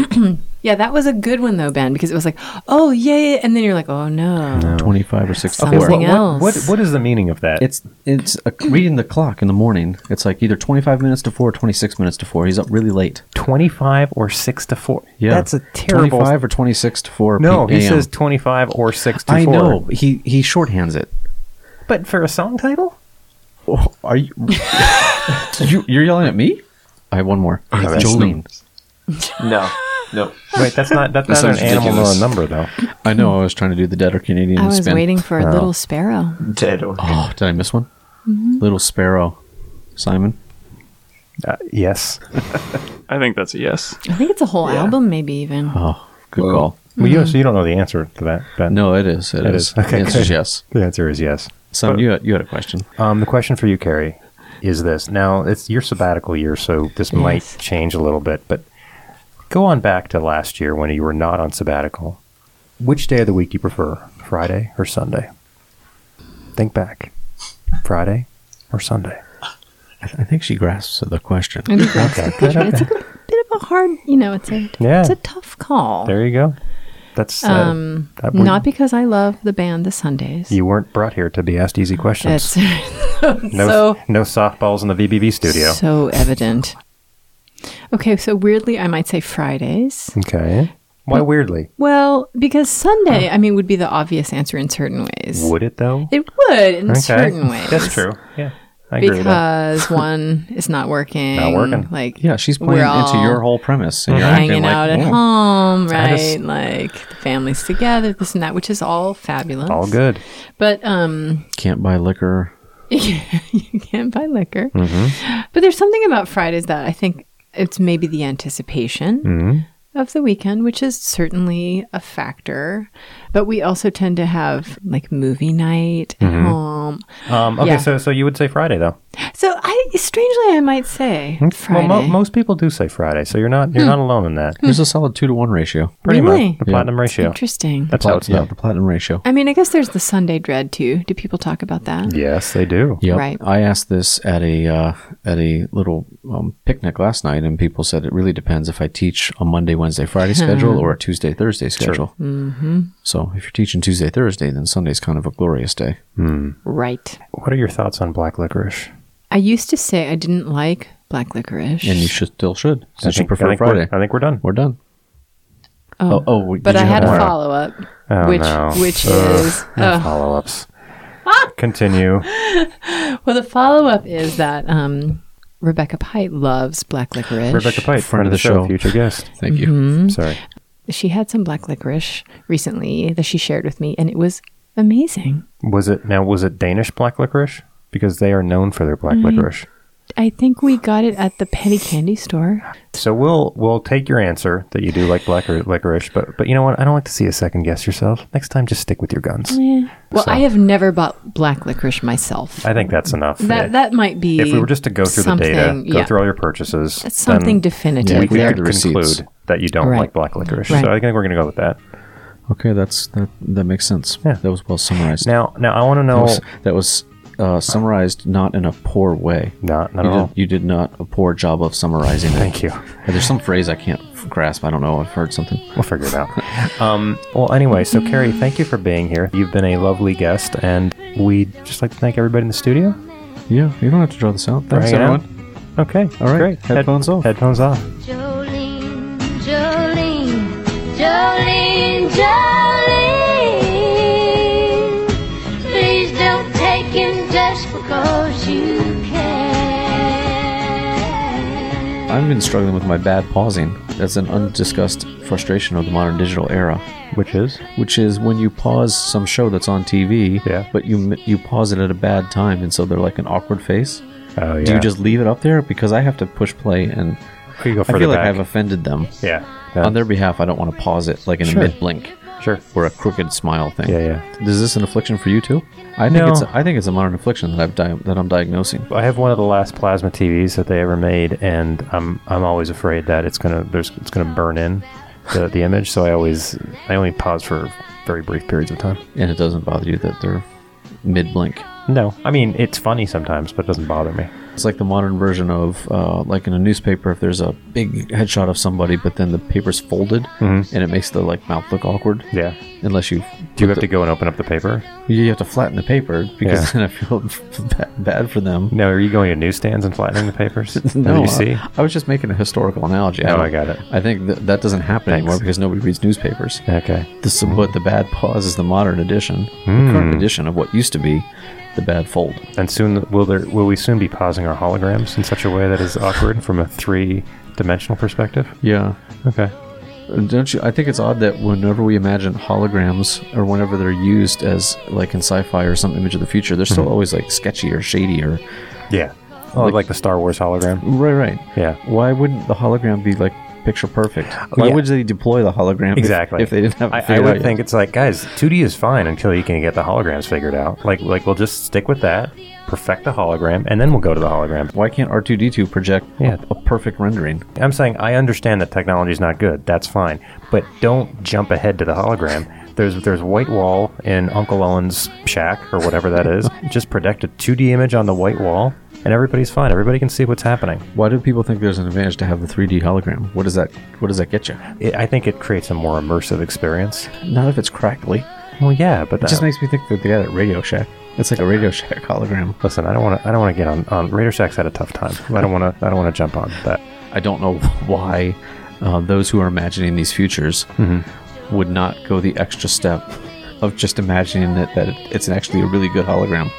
Speaker 5: yeah. yeah, that was a good one though, Ben, because it was like, oh yeah, yeah, and then you're like, oh no.
Speaker 4: Twenty five or six to
Speaker 5: Okay,
Speaker 4: four.
Speaker 3: What,
Speaker 5: Something
Speaker 3: what,
Speaker 5: else.
Speaker 3: what what is the meaning of that?
Speaker 4: It's it's a, reading the clock in the morning. It's like either twenty five minutes to four or twenty six minutes to four. He's up really late.
Speaker 3: 25 or 6 to 4.
Speaker 4: Yeah,
Speaker 3: That's a terrible.
Speaker 4: Twenty five or twenty six to four.
Speaker 3: no,
Speaker 4: p-
Speaker 3: he
Speaker 4: AM.
Speaker 3: says 25 or 6 to
Speaker 4: I
Speaker 3: 4.
Speaker 4: know. but He he shorthands it.
Speaker 3: But for a song title?
Speaker 4: Are you? you you're yelling at me? I have one more. Jolene.
Speaker 6: No. No.
Speaker 3: Wait, that's not that's not an
Speaker 10: sounds
Speaker 3: animal nor a
Speaker 10: ridiculous.
Speaker 3: number though.
Speaker 4: I know. I was trying to do the dead or Canadian
Speaker 5: I was
Speaker 4: spin.
Speaker 5: waiting for a little sparrow.
Speaker 6: Dead or
Speaker 4: Oh, did I miss one?
Speaker 5: Mm-hmm.
Speaker 4: Little Sparrow, Simon.
Speaker 3: Uh, yes.
Speaker 7: I think that's a yes.
Speaker 5: I think it's a whole album, maybe even.
Speaker 3: Uh-huh.
Speaker 4: Oh, good
Speaker 10: Whoa.
Speaker 4: call.
Speaker 3: Hmm. Well, you, so you don't know the answer to that. Ben.
Speaker 4: No, it is. It,
Speaker 3: It
Speaker 4: is.
Speaker 3: is. Okay,
Speaker 4: The answer is
Speaker 3: good.
Speaker 4: yes.
Speaker 3: The answer is yes.
Speaker 4: Sam, you had, you had a question.
Speaker 3: Um, the question for you, Carrie, is this. Now, it's your sabbatical year, so this might
Speaker 9: Yes.
Speaker 3: change a little bit, but go on back to last year when you were not on sabbatical. Which day of the week do you prefer, Friday or Sunday? Think back. Friday or Sunday?
Speaker 4: I, I think she grasps the question.
Speaker 5: I think that's
Speaker 3: Okay. good,
Speaker 5: It's
Speaker 3: okay.
Speaker 5: a good, bit of a hard, you know, it's a
Speaker 3: Yeah.
Speaker 5: it's a tough call.
Speaker 3: There you go. That's uh,
Speaker 5: um,
Speaker 3: that we-
Speaker 5: not because I love the band The Sundays.
Speaker 3: you weren't brought here to be asked easy questions.
Speaker 5: That's
Speaker 3: no,
Speaker 5: so
Speaker 3: no softballs in the VBB studio.
Speaker 5: so evident. Okay, so weirdly, I might say Fridays.
Speaker 3: okay. Why weirdly?
Speaker 5: Well, because Sunday, I mean, would be the obvious answer in certain ways.
Speaker 3: Would it though?
Speaker 5: It would in
Speaker 3: okay.
Speaker 5: certain ways.
Speaker 3: That's true. Yeah. I agree with that.
Speaker 5: Because one is not working.
Speaker 3: Not working.
Speaker 5: Like
Speaker 4: Yeah, she's
Speaker 5: we're
Speaker 4: playing into
Speaker 5: all
Speaker 4: your whole premise, and you're acting
Speaker 5: hanging
Speaker 4: like, "Hmm,
Speaker 5: out at
Speaker 4: "Whoa."
Speaker 5: home, right?
Speaker 3: just-
Speaker 5: like the families together, this and that, which is all fabulous.
Speaker 3: All good.
Speaker 5: But um,
Speaker 4: can't buy liquor.
Speaker 5: you can't buy liquor.
Speaker 3: Mm-hmm.
Speaker 5: But there's something about Fridays that I think it's maybe the anticipation
Speaker 3: Mm. Mm-hmm.
Speaker 5: of the weekend, which is certainly a factor. But we also tend to have like movie night at
Speaker 3: Mm-hmm.
Speaker 5: home.
Speaker 3: Um, okay,
Speaker 5: Yeah.
Speaker 3: so so you would say Friday though.
Speaker 5: So I strangely I might say Friday.
Speaker 3: Mm,
Speaker 5: Hmm.
Speaker 3: Well, mo- most people do say Friday, so you're not you're not alone in that.
Speaker 4: There's a solid two to one ratio.
Speaker 3: Pretty
Speaker 5: Really?
Speaker 3: much the platinum ratio.
Speaker 5: Interesting.
Speaker 3: That's how it's
Speaker 4: yeah,
Speaker 3: done.
Speaker 4: the platinum ratio.
Speaker 5: I mean, I guess there's the Sunday dread too. Do people talk about that?
Speaker 3: Yes, they do.
Speaker 4: Yep.
Speaker 5: Right.
Speaker 4: I asked this at a uh, at a little um, picnic last night, and people said it really depends if I teach a Monday, Wednesday, Friday schedule or a Tuesday, Thursday schedule. Mm-hmm. So if you're teaching Tuesday, Thursday, then Sunday's kind of a glorious day.
Speaker 5: Right.
Speaker 3: What are your thoughts on black licorice?
Speaker 5: I used to say I didn't like black licorice.
Speaker 4: And you should, still should, since you prefer
Speaker 3: I think
Speaker 4: Friday.
Speaker 3: We're, I think we're done.
Speaker 4: We're done.
Speaker 5: oh,
Speaker 4: oh, wait,
Speaker 5: but
Speaker 4: did
Speaker 5: I
Speaker 4: you
Speaker 5: had
Speaker 4: have
Speaker 5: a
Speaker 4: more?
Speaker 5: follow up,
Speaker 3: Oh,
Speaker 5: which
Speaker 3: no.
Speaker 5: which
Speaker 3: Ugh,
Speaker 5: is uh,
Speaker 3: no
Speaker 5: ugh. Ah!
Speaker 3: follow-ups. Continue.
Speaker 5: well, the follow up is that um, Rebecca Pite loves black licorice.
Speaker 3: Rebecca Pite, friend of the show, Hmm? future guest.
Speaker 4: Thank you.
Speaker 3: Sorry.
Speaker 5: she had some black licorice recently that she shared with me, and it was amazing.
Speaker 3: Was it now? Was it Danish black licorice? Because they are known for their black
Speaker 5: Mm-hmm.
Speaker 3: licorice.
Speaker 5: I think we got it at the petty candy store.
Speaker 3: So we'll we'll take your answer that you do like black or licorice, but but you know what? I don't like to see you second guess yourself. Next time, just stick with your guns.
Speaker 5: Well,
Speaker 3: So-
Speaker 5: I have never bought black licorice myself.
Speaker 3: I think that's enough.
Speaker 5: that
Speaker 3: Yeah.
Speaker 5: that might be
Speaker 3: if we were just to go through the data,
Speaker 5: something-
Speaker 3: go
Speaker 5: yeah.
Speaker 3: through all your purchases,
Speaker 5: That's something
Speaker 3: then
Speaker 5: definitive.
Speaker 3: we
Speaker 4: Yeah,
Speaker 3: could
Speaker 4: the receipts.
Speaker 3: conclude that you don't
Speaker 5: Right.
Speaker 3: like black licorice.
Speaker 5: Right.
Speaker 3: So I think we're going to go with that.
Speaker 4: Okay, that's that. That makes sense.
Speaker 3: Yeah.
Speaker 4: That was well summarized.
Speaker 3: Now, now I want to
Speaker 4: that
Speaker 3: know.
Speaker 4: was, that was uh, summarized not in a poor way.
Speaker 3: Not not
Speaker 4: You
Speaker 3: at all.
Speaker 4: did, you did not a poor job of summarizing it.
Speaker 3: Thank you.
Speaker 4: There's some phrase I can't f- grasp. I don't know. I've heard something.
Speaker 3: We'll figure it out. um, well, anyway, so Carrie, thank you for being here. You've been a lovely guest, and we'd just like to thank everybody in the studio.
Speaker 4: Yeah, you don't have to draw this out. Thanks,
Speaker 3: hanging out.
Speaker 4: everyone.
Speaker 3: Okay,
Speaker 4: All right,
Speaker 3: great.
Speaker 4: headphones off.
Speaker 3: Headphones off.
Speaker 8: Jolene, Jolene, Jolene, Jolene. Please don't take him just because you can.
Speaker 4: I've been struggling with my bad pausing. That's an undiscussed frustration of the modern digital era,
Speaker 3: Which is
Speaker 4: which is when you pause some show that's on TV,
Speaker 3: Yeah.
Speaker 4: but you m- you pause it at a bad time, and so they're like an awkward face.
Speaker 3: oh yeah.
Speaker 4: Do you just leave it up there because I have to push play, and
Speaker 3: you go
Speaker 4: I
Speaker 3: further
Speaker 4: feel like
Speaker 3: back?
Speaker 4: I've offended them.
Speaker 3: yeah.
Speaker 4: On their behalf, I don't want to pause it like in
Speaker 3: Sure.
Speaker 4: a mid blink
Speaker 3: sure.
Speaker 4: or a crooked smile thing.
Speaker 3: Yeah, yeah.
Speaker 4: Is this an affliction for you too? I think
Speaker 3: No.
Speaker 4: it's a, I think it's a modern affliction that I've di- that I'm diagnosing.
Speaker 3: I have one of the last plasma TVs that they ever made, and I'm I'm always afraid that it's gonna there's it's gonna burn in the, the image. So I always I only pause for very brief periods of time.
Speaker 4: And it doesn't bother you that they're mid blink.
Speaker 3: No, I mean it's funny sometimes, but it doesn't bother me.
Speaker 4: It's like the modern version of, uh, like in a newspaper, if there's a big headshot of somebody, but then the paper's folded and it makes the like mouth look awkward.
Speaker 3: Yeah.
Speaker 4: Unless you
Speaker 3: Mm-hmm. Do you have to go and open up the paper?
Speaker 4: you have to flatten the paper because
Speaker 3: Yeah.
Speaker 4: then I feel bad, bad for them.
Speaker 3: No, are you going to newsstands and flattening the papers?
Speaker 4: No,
Speaker 3: you
Speaker 4: I-
Speaker 3: see.
Speaker 4: I, was just making a historical analogy.
Speaker 3: Oh,
Speaker 4: don't-
Speaker 3: I got it.
Speaker 4: I think that that doesn't happen anymore because nobody reads newspapers.
Speaker 3: Okay.
Speaker 4: This is what the bad pause is the modern edition, the
Speaker 3: Hmm.
Speaker 4: current edition of what used to be the bad fold.
Speaker 3: And soon will there will we soon be pausing our holograms in such a way that is awkward from a three dimensional perspective?
Speaker 4: Yeah.
Speaker 3: Okay.
Speaker 4: Don't you? I think it's odd that whenever we imagine holograms or whenever they're used as like in sci-fi or some image of the future, they're
Speaker 3: Mm-hmm.
Speaker 4: still always like sketchy or shady or
Speaker 3: Yeah. Oh, like, the Star Wars hologram.
Speaker 4: right, right.
Speaker 3: Yeah.
Speaker 4: Why wouldn't the hologram be like picture perfect. Why
Speaker 3: yeah.
Speaker 4: would they deploy the hologram if-
Speaker 3: Exactly.
Speaker 4: if, they didn't have? it
Speaker 3: I, I
Speaker 4: figured out
Speaker 3: would
Speaker 4: yet?
Speaker 3: think it's like, guys, 2D is fine until you can get the holograms figured out. Like, like we'll just stick with that, perfect the hologram, and then we'll go to the hologram.
Speaker 4: Why can't R two D two project
Speaker 3: Yeah.
Speaker 4: a, a perfect rendering?
Speaker 3: I'm saying I understand that technology is not good. That's fine, but don't jump ahead to the hologram. There's there's white wall in Uncle Owen's shack or whatever that is. just project a 2D image on the white wall, and everybody's fine. Everybody can see what's happening.
Speaker 4: Why do people think there's an advantage to have the three D hologram? What does that What does that get you?
Speaker 3: It, I think it creates a more immersive experience.
Speaker 4: Not if it's crackly.
Speaker 3: Well, yeah, but
Speaker 4: It just
Speaker 3: that-
Speaker 4: makes me think that they got it at Radio Shack. It's like a Radio Shack hologram.
Speaker 3: Listen, I don't want to. I don't want to get on. on Raider Shack's had a tough time. I don't want to. I don't want to jump on that.
Speaker 4: I don't know why uh, those who are imagining these futures would not go the extra step of just imagining that, that it's an actually a really good hologram.